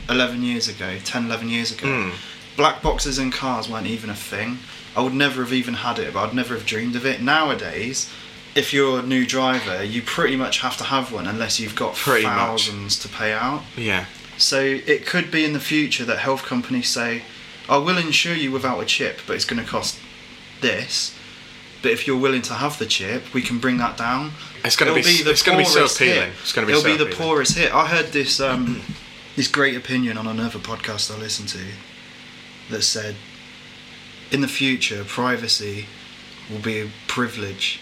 B: 11 years ago, 10, 11 years ago.
A: Mm.
B: Black boxes in cars weren't even a thing. I would never have even had it, but I'd never have dreamed of it. Nowadays, if you're a new driver, you pretty much have to have one unless you've got
A: Pretty much.
B: thousands to pay out.
A: Yeah.
B: So it could be in the future that health companies say, I will insure you without a chip, but it's going to cost this. But if you're willing to have the chip, we can bring that down.
A: It's going to
B: It'll
A: be, it's going to be so
B: poorest hit.
A: appealing. It's going to be
B: It'll be
A: so
B: the
A: appealing.
B: poorest hit. I heard this um, this great opinion on another podcast I listened to that said, in the future, privacy will be a privilege,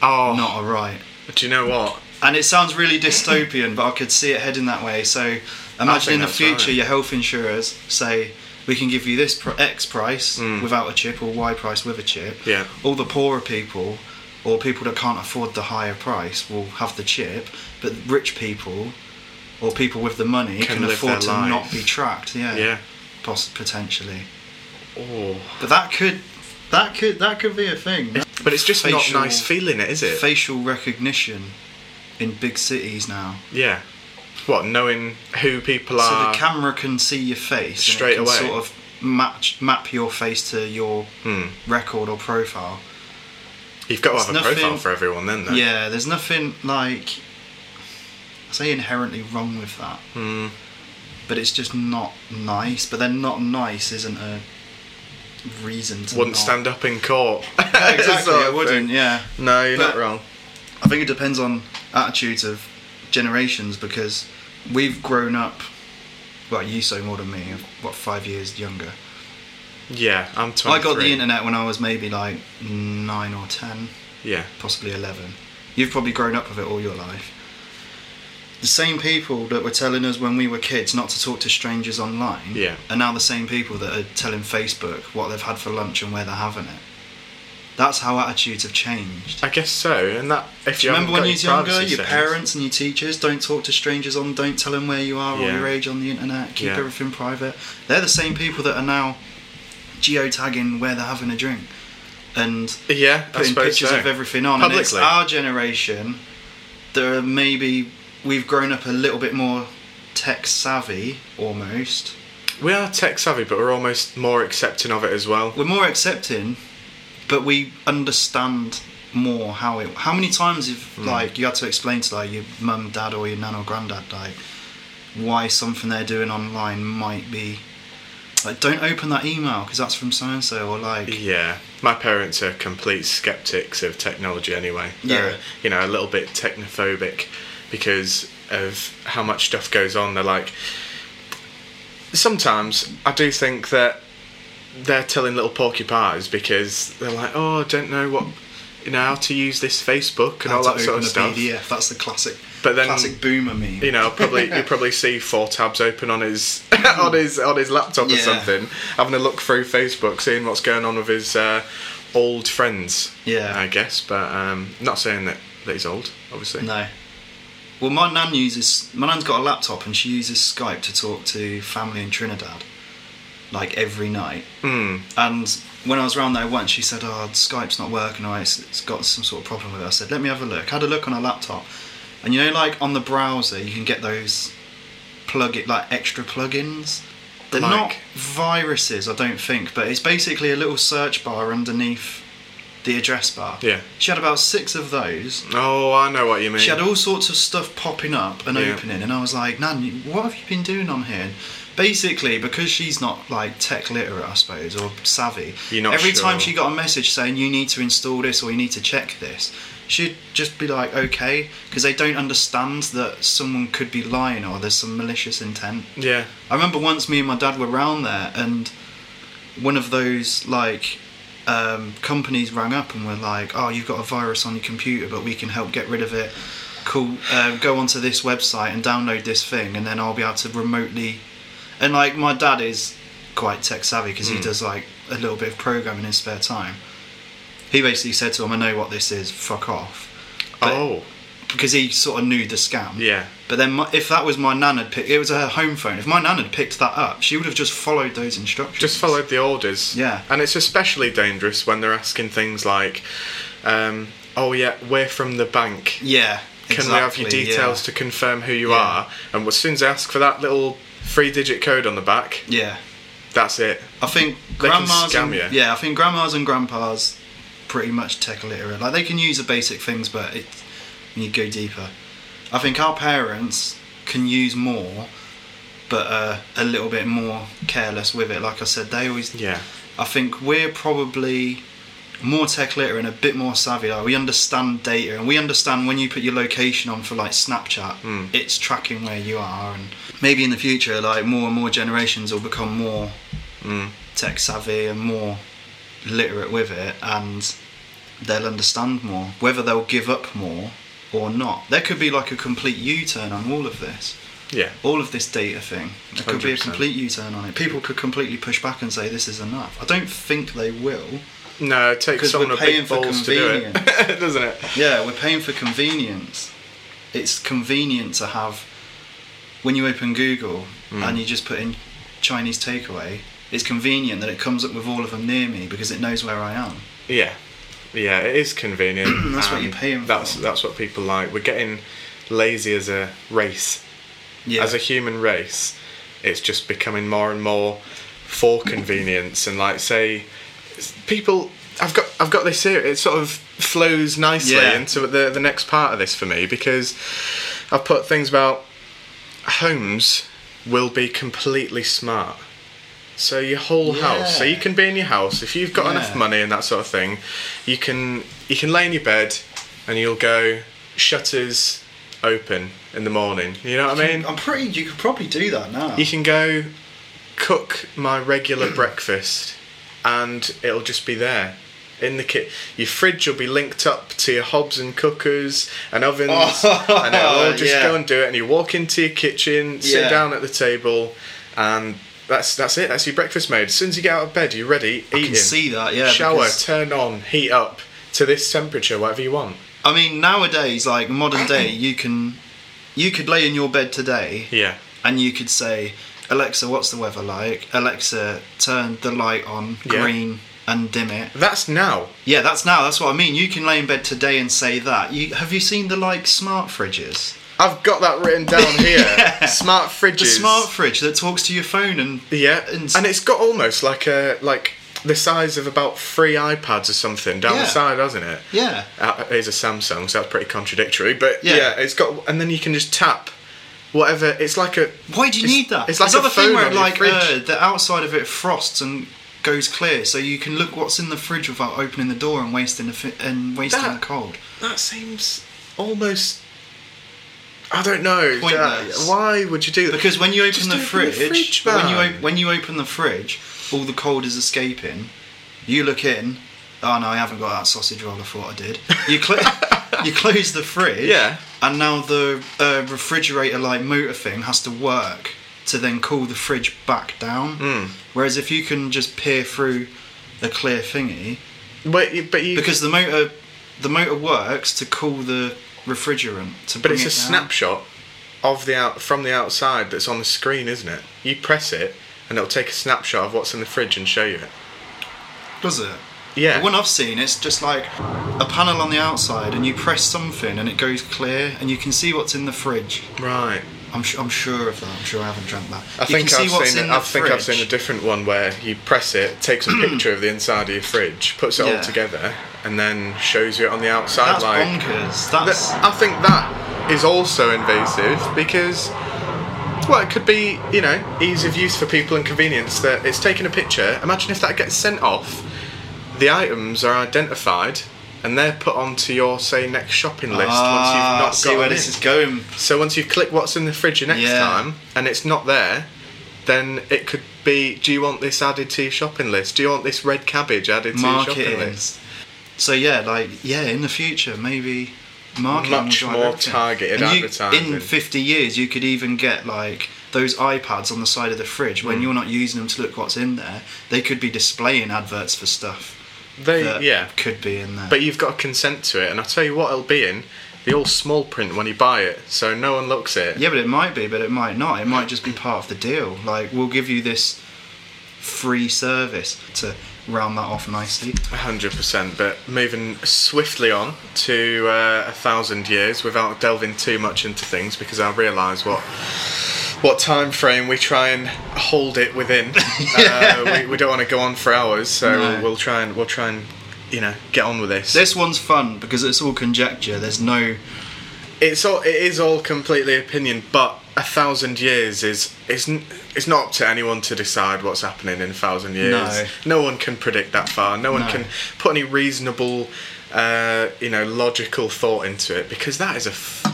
A: Oh,
B: not a right.
A: do you know what?
B: And it sounds really dystopian, but I could see it heading that way. So imagine in the
A: that's
B: future,
A: right.
B: your health insurers say, we can give you this pr- X price without a chip or Y price with a chip.
A: Hmm. Yeah.
B: All the poorer people or people that can't afford the higher price will have the chip, but rich people or people with the money
A: Can
B: can,
A: live
B: afford to
A: their life.
B: not be tracked. Yeah.
A: Yeah.
B: Poss- potentially.
A: Oh.
B: But that could. That could that could be a thing.
A: But it's just
B: Facial-
A: not nice feeling it, is it?
B: Facial recognition in big cities now.
A: Yeah. What, knowing who people
B: So
A: are?
B: the camera can see your face
A: Straight
B: and it
A: away.
B: can Sort of match map your face to your
A: Hmm.
B: record or profile.
A: You've got to
B: It's
A: have a
B: nothing-
A: profile for everyone then, though.
B: Yeah, there's nothing like I say inherently wrong with that,
A: Mm,
B: but it's just not nice. But then not nice isn't a reason to
A: wouldn't
B: not. <laughs>
A: stand <laughs> up in court. <laughs>
B: Yeah, exactly,
A: Sort
B: I
A: of
B: wouldn't.
A: thing.
B: Yeah,
A: No, you're not
B: But-
A: wrong.
B: I think it depends on attitudes of generations because we've grown up. Well, you so more than me. What five years younger?
A: Yeah, I'm 23.
B: I got the internet when I was maybe like nine or ten,
A: Yeah.
B: possibly eleven. You've probably grown up with it all your life. The same people that were telling us when we were kids not to talk to strangers online
A: Yeah.
B: are now the same people that are telling Facebook what they've had for lunch and where they're having it. That's how attitudes have changed.
A: I guess so. And that, if
B: Do you
A: haven't
B: remember when
A: got
B: you was younger,
A: privacy
B: your
A: settings-
B: parents and your teachers don't talk to strangers on, don't tell them where you are or
A: Yeah.
B: your age on the internet, keep
A: Yeah.
B: everything private. They're the same people that are now geotagging where they're having a drink and
A: Yeah, I
B: putting
A: suppose
B: pictures
A: so.
B: of everything on. And it's
A: Publicly.
B: our generation that are maybe we've grown up a little bit more tech savvy almost.
A: We are tech savvy, but we're almost more accepting of it as well.
B: We're more accepting, but we understand more how it. How many times have
A: Hmm.
B: like you had to explain to like your mum, dad, or your nan or granddad like why something they're doing online might be like don't open that email because that's from so and so or like
A: Yeah, my parents are complete skeptics of technology anyway. They're,
B: Yeah.
A: you know, a little bit technophobic because of how much stuff goes on. They're like, sometimes I do think that they're telling little porcupines because they're like, oh, I don't know what, you know, how to use this Facebook and
B: how
A: all
B: to
A: that sort
B: open
A: of
B: a
A: stuff.
B: PDF. That's the classic,
A: But then-
B: classic boomer meme.
A: You know,
B: <laughs>
A: probably you probably see four tabs open on his <laughs> on his on his laptop or
B: Yeah.
A: something, having a look through Facebook, seeing what's going on with his uh, old friends.
B: Yeah.
A: I guess, but um, not saying that, that he's old, obviously.
B: No. Well, my nan uses. My nan's got a laptop and she uses Skype to talk to family in Trinidad, like every night.
A: Hmm.
B: And when I was around there once, she said, "Oh, Skype's not working. Or it's, it's got some sort of problem with it." I said, "Let me have a look." had a look on her laptop, and you know, like on the browser, you can get those plug it like extra plugins. They're not
A: Like?
B: viruses, I don't think, but it's basically a little search bar underneath the address bar.
A: Yeah.
B: She had about six of those.
A: Oh, I know what you mean.
B: She had all sorts of stuff popping up and
A: Yeah.
B: opening, and I was like, Nan, you- what have you been doing on here? And basically, because she's not like tech literate, I suppose, or savvy,
A: You're not
B: every
A: sure.
B: time she got a message saying you need to install this or you need to check this, she'd just be like, okay, because they don't understand that someone could be lying or there's some malicious intent.
A: yeah.
B: I remember once me and my dad were round there, and one of those like um, companies rang up and were like, "Oh, you've got a virus on your computer, but we can help get rid of it. Cool, uh, go onto this website and download this thing, and then I'll be able to remotely." And like my dad is quite tech savvy because he does like a little bit of programming in his spare time. He basically said to him, "I know what this is. Fuck off." But-
A: oh,
B: because he sort of knew the scam.
A: Yeah.
B: But then, my, if that was my nan had picked, it was her home phone. If my nan had picked that up, she would have just followed those instructions.
A: just followed the orders.
B: Yeah.
A: And it's especially dangerous when they're asking things like, um, oh, yeah, we're from the bank.
B: Yeah.
A: Can we have your
B: exactly,
A: details to confirm who you
B: Yeah.
A: are? And as soon as they ask for that little three digit code on the back,
B: Yeah. yeah.
A: that's it.
B: I think
A: They can
B: grandmas.
A: scam
B: and,
A: you.
B: Yeah, I think grandmas and grandpas pretty much tech illiterate. Like they can use the basic things, but it, you go deeper. I think our parents can use more, but uh, a little bit more careless with it. Like I said, they always
A: Yeah.
B: I think we're probably more tech literate and a bit more savvy. Like we understand data and we understand when you put your location on for like Snapchat, it's tracking where you are. And maybe in the future, like more and more generations will become more
A: Mm.
B: tech savvy and more literate with it, and they'll understand more. Whether they'll give up more or not, there could be like a complete U-turn on all of this
A: Yeah.
B: all of this data thing. There could be a
A: 100%.
B: complete U-turn on it. People could completely push back and say this is enough. I don't think they will.
A: No, it takes
B: 'Cause we're
A: someone a
B: paying
A: big
B: for
A: balls to do it, <laughs> doesn't it?
B: Yeah, we're paying for convenience. It's convenient to have when you open Google and you just put in Chinese takeaway. It's convenient that it comes up with all of them near me because it knows where I am.
A: Yeah, yeah, it is convenient.
B: <clears throat> That's what
A: and
B: you're paying
A: That's
B: for.
A: that's what people like. We're getting lazy as a race,
B: Yeah,
A: as a human race. It's just becoming more and more for convenience and like say, s- people. I've got I've got this here. It sort of flows nicely
B: Yeah.
A: into the the next part of this for me because I've put things about homes will be completely smart. So your whole house. So
B: Yeah.
A: you can be in your house if you've got enough
B: Yeah.
A: money and that sort of thing. You can you can lay in your bed and you'll go shutters open in the morning. You know what I mean?
B: I'm pretty. You could probably do that now.
A: You can go cook my
B: <clears throat>
A: regular breakfast and it'll just be there. In the kit, your fridge will be linked up to your hobs and cookers and ovens,
B: Oh,
A: and it'll
B: <laughs>
A: all just
B: yeah.
A: go and do it. And you walk into your kitchen, sit
B: Yeah.
A: down at the table, and that's that's it. That's your breakfast made. As soon as you get out of bed, you're ready.
B: I
A: Eating,
B: can see that. Yeah,
A: shower,
B: because-
A: turn on, heat up to this temperature, whatever you want.
B: I mean, nowadays, like modern day, you can you could lay in your bed today
A: Yeah,
B: and you could say, Alexa, what's the weather like? Alexa, turn the light on
A: Yeah.
B: green and dim it.
A: that's now.
B: Yeah, that's now. That's what I mean. You can lay in bed today and say that. You have you seen the like smart fridges?
A: I've got that
B: <laughs>
A: written down here.
B: Yeah.
A: Smart fridges.
B: The smart fridge that talks to your phone and
A: Yeah,
B: and,
A: and it's got almost like a like the size of about three iPads or something down the
B: Yeah.
A: side, hasn't it?
B: yeah.
A: Uh, it is a Samsung, so that's pretty contradictory. But yeah.
B: Yeah.
A: it's got, and then you can just tap, whatever. It's like a
B: Why do you
A: It's-
B: need that?
A: it's like
B: There's
A: a
B: other thing
A: phone
B: where
A: on your
B: like
A: fridge.
B: uh, the outside of it frosts and goes clear, so you can look what's in the fridge without opening the door and wasting the fi- and wasting
A: That-
B: the cold.
A: that seems almost. I don't know. uh,
B: Pointless.
A: Why would you do that?
B: Because when you open
A: Just
B: the
A: open the
B: fridge,
A: fridge,
B: when you
A: man.
B: op- when you open the fridge, all the cold is escaping. You look in. Oh no, I haven't got that sausage roll. I thought I did. You cl- <laughs> you close the fridge.
C: Yeah.
B: And now the uh, refrigerator like motor thing has to work to then cool the fridge back down.
A: Hmm.
B: Whereas if you can just peer through the clear thingy,
A: but you, but you
B: because the motor the motor works to cool the refrigerant to
A: but
B: bring
A: it's a
B: it down.
A: snapshot of the out from the outside that's on the screen, isn't it? You press it and it'll take a snapshot of what's in the fridge and show you it.
B: Does it?
A: Yeah.
B: The one I've seen, it's just like a panel on the outside, and you press something, and it goes clear, and you can see what's in the fridge.
A: Right.
B: I'm, su- I'm sure of that. I'm sure I haven't dreamt that.
A: I
B: you can
A: think
B: see
A: I've
B: what's
A: seen.
B: in
A: it-
B: the
A: I think I've
B: fridge.
A: seen a different one where you press it, takes a
B: <clears throat>
A: picture of the inside of your fridge, puts it
B: Yeah.
A: all together, and then shows you it on the outside.
B: That's
A: like
B: bonkers.
A: Th-
B: That's
A: I think that is also invasive because, well, it could be, you know, ease of use for people and convenience that it's taking a picture. Imagine if that gets sent off, the items are identified and they're put onto your, say, next shopping <laughs> list
B: Ah,
A: once
B: see
A: you've not
B: where
A: got
B: this is going.
A: So once you've clicked what's in the fridge next
B: Yeah.
A: time and it's not there, then it could be do you want this added to your shopping list? Do you want this red cabbage added to your shopping
B: Marketing.
A: list?
B: So yeah, like yeah, in the future maybe marketing will
A: Much
B: drive
A: more
B: everything.
A: targeted
B: And you-
A: advertising.
B: In 50 years, you could even get like those iPads on the side of the fridge
A: Hmm.
B: when you're not using them to look what's in there. They could be displaying adverts for stuff.
A: They
B: that
A: Uh, yeah.
B: could be in there.
A: But you've got to consent to it, and I tell you what, it'll be in the all small print when you buy it, so no one looks at it.
B: yeah, but it might be, but it might not. It might just be part of the deal. Like we'll give you this free service to round that off nicely.
A: hundred percent. But moving swiftly on to uh, a thousand years without delving too much into things, because I realise what what time frame we try and hold it within. uh, we, we don't want to go on for hours, so
B: No.
A: we'll try and we'll try and you know get on with this.
B: This one's fun because it's all conjecture. There's no
A: it's all it is all completely opinion but a thousand years is isn't it's not up to anyone to decide what's happening in a thousand years
B: No.
A: one can predict that far no one
B: No.
A: can put any reasonable uh, you know logical thought into it because that is a f-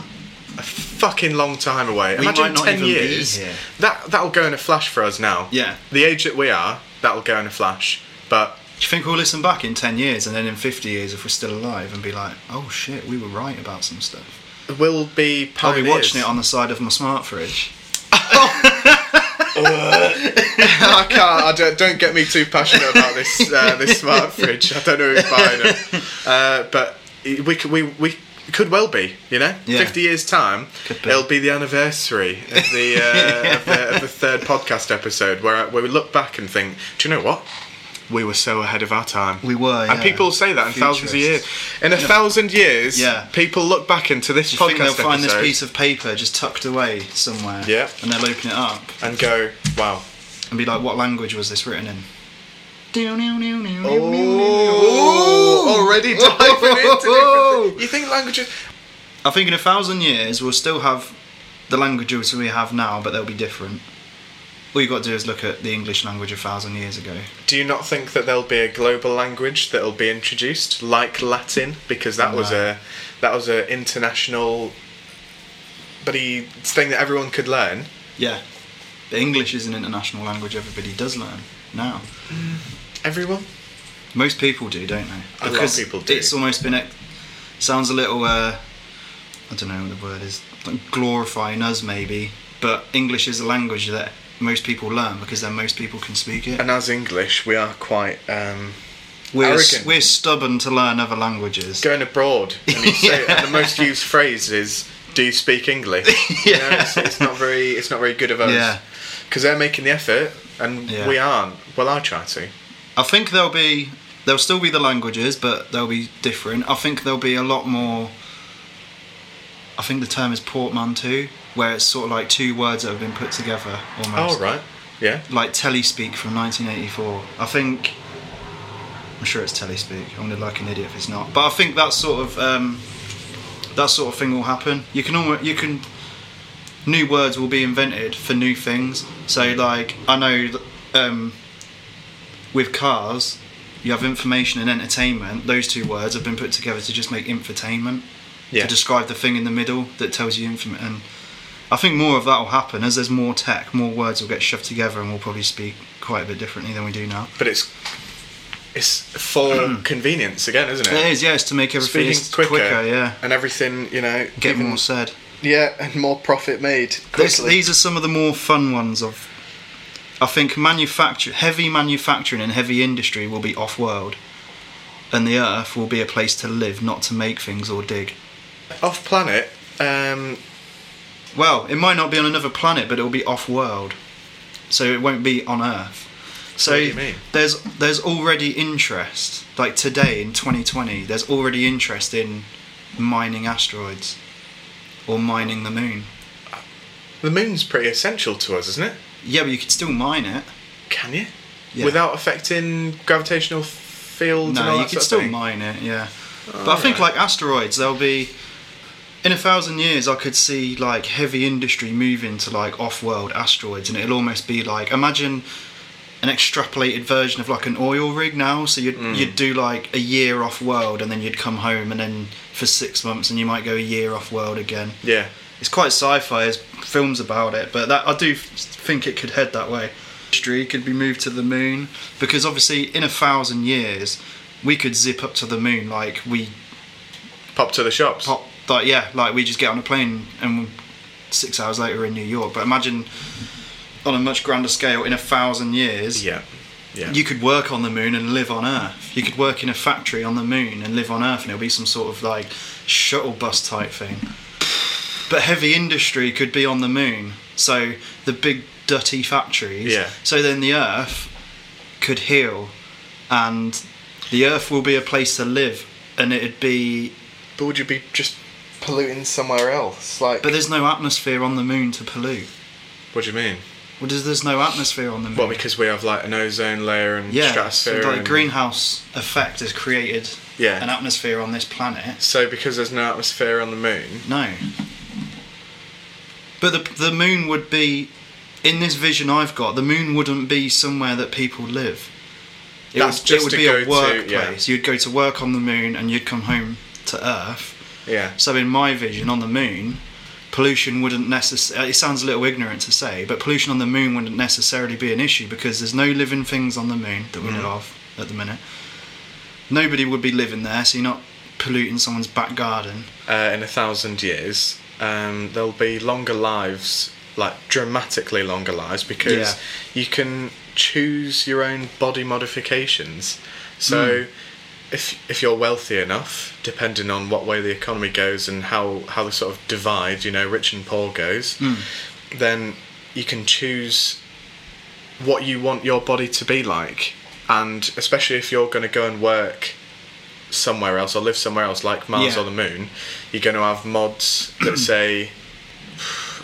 A: a fucking long time away
B: We
A: imagine
B: might not
A: 10
B: even be
A: years
B: here.
A: that that'll go in a flash for us now
B: Yeah.
A: the age that we are that'll go in a flash but
B: Do you think we'll listen back in 10 years and then in 50 years if we're still alive and be like, oh shit, we were right about some stuff?
A: we'll be
B: I'll be
A: pioneers.
B: watching Oh, it on the side of my smart fridge.
A: <laughs> I can't. I don't, don't get me too passionate about this uh, this
B: <laughs>
A: smart fridge. I don't know who's buying it, uh, but we could, we we could well be. You know,
B: Yeah.
A: fifty years time,
B: Could be.
A: it'll be the anniversary of the,
B: <laughs>
A: uh, of the of the third podcast episode where I, where we look back and think, do you know what? We were so ahead of our time.
B: We were,
A: and
B: yeah.
A: people say that in thousands of years.
B: Futurists.
A: In a thousand years,
B: Yeah.
A: people look back into this
B: Do you
A: podcast
B: think they'll find
A: episode
B: this piece of paper just tucked away somewhere?
A: Yeah.
B: And they'll open it up
A: and go,
B: <laughs>
A: wow.
B: and be like, what language was this written in?
A: Oh, already diving
B: <laughs>
A: into different thi- You think languages?
B: I think in a thousand years we'll still have the languages we have now, but they'll be different. All you've got to do is look at the English language a thousand years ago.
A: Do you not think that there'll be a global language that'll be introduced, like Latin, because that was
B: No.
A: a that was a international, bloody thing that everyone could learn.
B: Yeah. But English is an international language everybody does learn now.
A: Everyone.
B: Most people do, don't they?
A: A lot of people do.
B: It's almost been. ex- sounds a little. Uh, I don't know what the word is. Like glorifying us, maybe. But English is a language that most people learn because then most people can speak it.
A: And as English, we are quite um,
B: We're,
A: arrogant.
B: we're stubborn to learn other languages.
A: going
B: <laughs>
A: abroad. And you say, and the most used phrase is, "Do you
B: <laughs>
A: speak English?" You know, it's, it's not very it's not very good of us.
B: Yeah.
A: Because they're making the effort, and
B: Yeah.
A: we aren't. Well, I try to.
B: I think there'll be there'll still be the languages, but they'll be different. I think there'll be a lot more. I think the term is portmanteau, where it's sort of like two words that have been put together almost.
A: Oh right. Yeah.
B: Like telespeak from 1984. I think. I'm sure it's telespeak. I'm gonna look like an idiot if it's not. But I think that sort of um, that sort of thing will happen. You can almost you can new words will be invented for new things. So, like, I know th- um, with cars, you have information and entertainment. Those two words have been put together to just make infotainment,
A: Yeah.
B: to describe the thing in the middle that tells you information. And I think more of that will happen as there's more tech, more words will get shoved together, and we'll probably speak quite a bit differently than we do now.
A: but it's it's for
B: Hmm.
A: convenience again, isn't it?
B: It is, yes, to make everything
A: Speaking
B: just
A: quicker,
B: quicker, yeah.
A: and everything you know.
B: Get
A: even-
B: more said.
A: Yeah, and more profit made.
B: This,
A: Quickly.
B: these are some of the more fun ones of. I think manufacture, heavy manufacturing and heavy industry will be off-world, and the Earth will be a place to live, not to make things or dig.
A: Off planet. Um,
B: Well, it might not be on another planet, but it'll be off-world, so it won't be on Earth. So
A: What do you mean?
B: there's there's already interest. Like today in 2020, there's already interest in mining asteroids or mining the moon.
A: the moon's pretty essential to us, isn't it?
B: Yeah, but you could still mine it.
A: Can you?
B: Yeah.
A: Without affecting gravitational fields and all
B: No, you
A: that
B: could
A: sort of
B: still
A: thing? Oh,
B: mine it, yeah. but I
A: Alright.
B: think like asteroids, they'll be in a thousand years. I could see like heavy industry moving to like off-world asteroids, and it'll almost be like imagine an extrapolated version of like an oil rig now. So you'd
A: Mm.
B: you'd do like a year off-world, and then you'd come home, and then for six months, and you might go a year off-world again.
A: Yeah.
B: It's quite sci-fi. There's films about it, but that I do f- think it could head that way. Industry could be moved to the moon because obviously in a thousand years we could zip up to the moon like we
A: Pop to the shops.
B: pop like yeah like we just get on a plane and six hours later we're in New York. But imagine on a much grander scale in a thousand years.
A: Yeah. Yeah.
B: You could work on the moon and live on Earth. You could work in a factory on the moon and live on Earth, and it'll be some sort of like shuttle bus type thing. But heavy industry could be on the moon, so the big dirty factories.
A: Yeah.
B: So then the Earth could heal, and the Earth will be a place to live, and it'd be.
A: but would you be just polluting somewhere else? Like.
B: But there's no atmosphere on the moon to pollute.
A: what do you mean?
B: Well, there's, there's no atmosphere on the moon.
A: Well, because we have like an ozone layer and
B: yeah, so
A: stratosphere.
B: like
A: and-
B: greenhouse effect has created
A: Yeah.
B: an atmosphere on this planet.
A: So because there's no atmosphere on the moon.
B: No. But the the moon would be, in this vision I've got, the moon wouldn't be somewhere that people live. It
A: That's
B: would,
A: just
B: it would
A: to
B: be
A: go
B: a
A: to,
B: workplace. You'd go to work on the moon and you'd come home to Earth.
A: Yeah.
B: So in my vision, on the moon, pollution wouldn't necessarily. It sounds a little ignorant to say, but pollution on the moon wouldn't necessarily be an issue because there's no living things on the moon that we
A: Mm.
B: know of at the minute. Nobody would be living there, so you're not polluting someone's back garden.
A: uh, in a thousand years, um, there'll be longer lives, like dramatically longer lives, because you can choose your own body modifications. So, if if you're wealthy enough, depending on what way the economy goes and how how the sort of divide, you know, rich and poor goes, then you can choose what you want your body to be like. And especially if you're going to go and work somewhere else or live somewhere else, like Mars
B: Yeah.
A: or the Moon, you're going to have mods
B: <clears throat>
A: that say,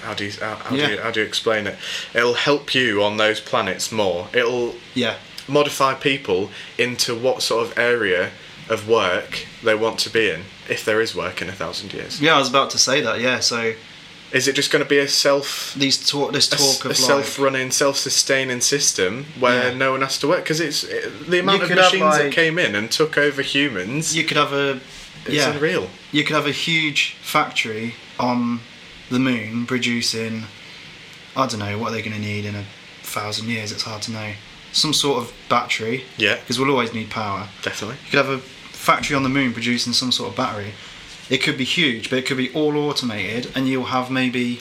A: how do you how, how do
B: Yeah.
A: you, how do you explain it? It'll help you on those planets more. It'll
B: Yeah.
A: modify people into what sort of area of work they want to be in, if there is work in a thousand years.
B: Yeah, I was about to say that. Yeah, so
A: Is it just going to be a self
B: these talk, this
A: a,
B: talk of like,
A: self-running, self-sustaining system where
B: Yeah.
A: no one has to work because it's it, the amount of
B: could have,
A: machines that
B: like-
A: came in and took over humans.
B: you could have a
A: it's
B: yeah,
A: unreal.
B: you could have a huge factory on the moon producing. I don't know what they're going to need in a thousand years. It's hard to know. Some sort of battery
A: Yeah,
B: because we'll always need power.
A: definitely.
B: You could have a factory on the moon producing some sort of battery. It could be huge, but it could be all automated, and you'll have maybe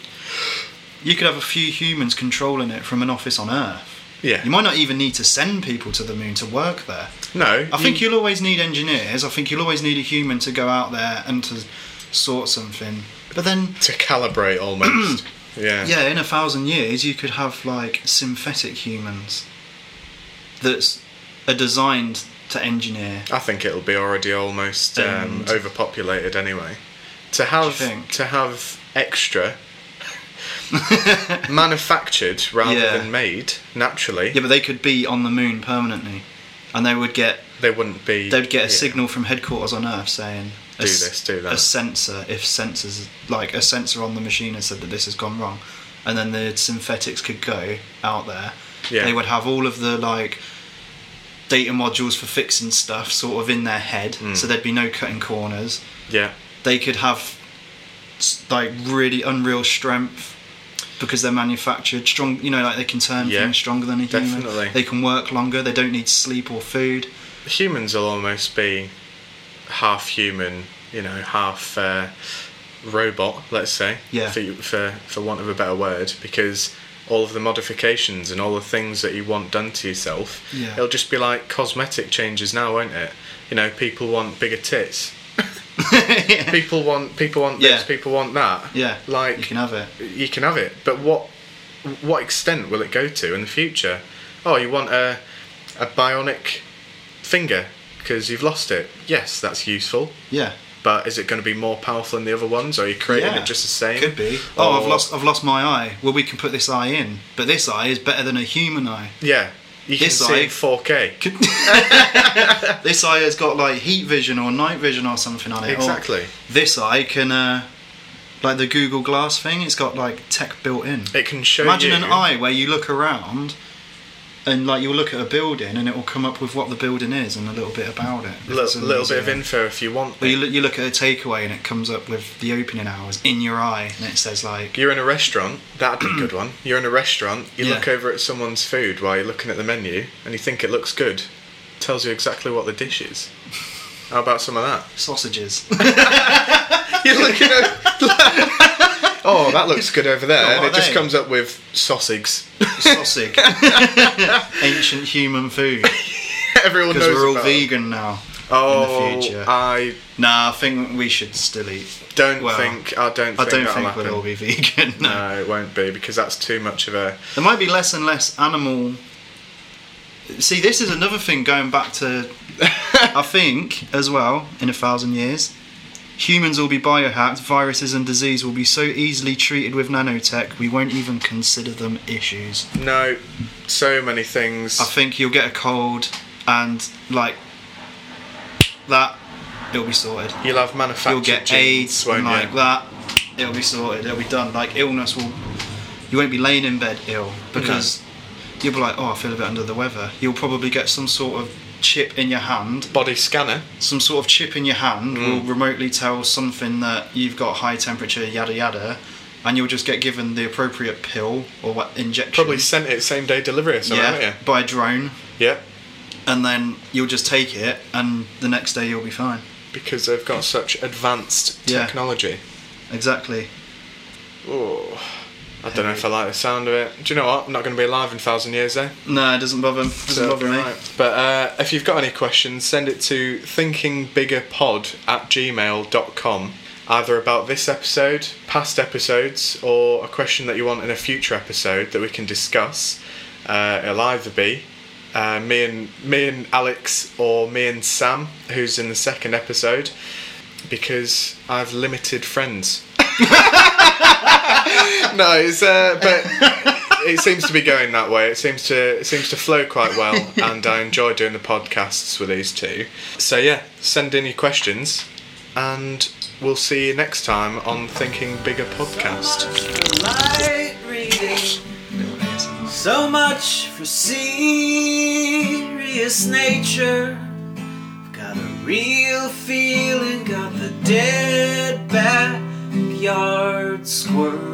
B: you could have a few humans controlling it from an office on Earth.
A: Yeah.
B: You might not even need to send people to the moon to work there.
A: no,
B: I think you'll always need engineers. I think you'll always need a human to go out there and to sort something. But then,
A: to calibrate
B: <clears throat>
A: almost. yeah.
B: yeah, in a thousand years, you could have like synthetic humans that are designed to engineer.
A: I think it'll be already almost um,
B: And-
A: overpopulated anyway. To have
B: think?
A: to have extra <laughs> manufactured rather
B: Yeah.
A: than made naturally,
B: Yeah, but they could be on the moon permanently, and they would get
A: they wouldn't be.
B: they'd get a
A: yeah.
B: signal from headquarters on Earth saying
A: do
B: s-
A: this, do
B: A
A: that.
B: sensor, if sensors, like a sensor on the machine had said that this has gone wrong, and then the synthetics could go out there,
A: Yeah.
B: they would have all of the like data modules for fixing stuff sort of in their head,
A: Mm.
B: so there'd be no cutting corners.
A: yeah,
B: They could have s- like really unreal strength because they're manufactured strong. You know, like they can turn
A: Yeah.
B: things stronger than anything.
A: Definitely.
B: They can work longer. They don't need sleep or food.
A: humans will almost be half human, you know, half uh, robot. Let's say,
B: Yeah.
A: for, you- for for want of a better word, because all of the modifications and all the things that you want done to yourself,
B: Yeah.
A: it'll just be like cosmetic changes now, won't it? You know, people want
B: <laughs>
A: bigger tits. People want people want this.
B: Yeah.
A: People want that.
B: Yeah,
A: like
B: you can have it.
A: you can have it, but what what extent will it go to in the future? Oh, you want a a bionic finger because you've lost it. Yes, that's useful,
B: Yeah.
A: but is it going to be more powerful than the other ones? Are you creating
B: Yeah.
A: it just the same?
B: Could be. Oh, I've
A: Or-
B: lost. I've lost my eye. Well, we can put this eye in, but this eye is better than a human
A: <laughs>
B: eye.
A: Yeah, you can
B: This
A: see
B: eye-
A: in 4K.
B: Could- this eye has got like heat vision or night vision or something on it. or
A: Exactly.
B: this eye can, uh, like the Google Glass thing. It's got like tech built in.
A: It can show
B: Imagine
A: you.
B: an eye where you look around, and like you'll look at a building, and it will come up with what the building is and a little bit about it. if
A: Li-
B: it's an
A: little
B: easy
A: bit of
B: way.
A: info if you want.
B: Or you look, you look at a takeaway and it comes up with the opening hours in your eye, and it says like,
A: You're in a restaurant, that'd be
B: <clears throat>
A: a good one. You're in a restaurant, you
B: Yeah.
A: look over at someone's food while you're looking at the menu and you think it looks good. Tells you exactly what the dish is. How about some
B: <laughs>
A: of that? <laughs>
B: sausages.
A: You're looking at <laughs> Oh, that looks good over there.
B: Oh, what
A: and it
B: are
A: just
B: they?
A: comes up with sausages. <laughs>
B: sausage, ancient human food.
A: Everyone
B: Because
A: knows
B: we're all
A: about.
B: vegan now.
A: Oh,
B: in the future.
A: I
B: Nah, I think we should still eat.
A: don't
B: Well,
A: think I don't think
B: I don't
A: that'll
B: think
A: happen.
B: we'll all be <laughs> vegan. No.
A: No, it won't be because that's too much of a
B: There might be less and less animal. See, this is another thing going back to.
A: <laughs>
B: I think as well in a thousand years, humans will be biohacked. Viruses and disease will be so easily treated with nanotech we won't even consider them issues.
A: no. So many things.
B: I think you'll get a cold and like that, it'll be sorted.
A: You'll have manufactured
B: you'll get
A: genes,
B: AIDS
A: won't
B: and
A: you?
B: like that. It'll be sorted. It'll be done. Like illness will, you won't be laying in bed ill because you'll be like, oh, I feel a bit under the weather. You'll probably get some sort of chip in your hand.
A: Body scanner.
B: Some sort of chip in your hand
A: Mm.
B: will remotely tell something that you've got high temperature, yada yada, and you'll just get given the appropriate pill or what injection.
A: Probably sent it same day delivery or something, haven't
B: yeah,
A: you?
B: by drone,
A: Yeah.
B: and then you'll just take it, and the next day you'll be fine.
A: Because they've got such advanced
B: Yeah.
A: technology.
B: Exactly.
A: Oh, I don't know if I like the sound of it. Do you know what? I'm not going to be alive in a thousand years, eh?
B: No, it doesn't bother. Doesn't
A: So it'll
B: bother
A: be
B: me.
A: right. But uh, if you've got any questions, send it to thinkingbiggerpod at gmail.com. Either about this episode, past episodes, or a question that you want in a future episode that we can discuss. Uh, it'll either be uh, me and me and Alex or me and Sam, who's in the second episode, because I've limited friends. <laughs> no, it's uh, but it seems to be going that way. It seems to it seems to flow quite well, and I enjoy doing the podcasts with these two. So yeah, send in your questions, and we'll see you next time on Thinking Bigger podcast.
D: light reading.
B: Little ASMR.
D: So much for serious nature. Got a real feeling, got the dead backyard squirrel.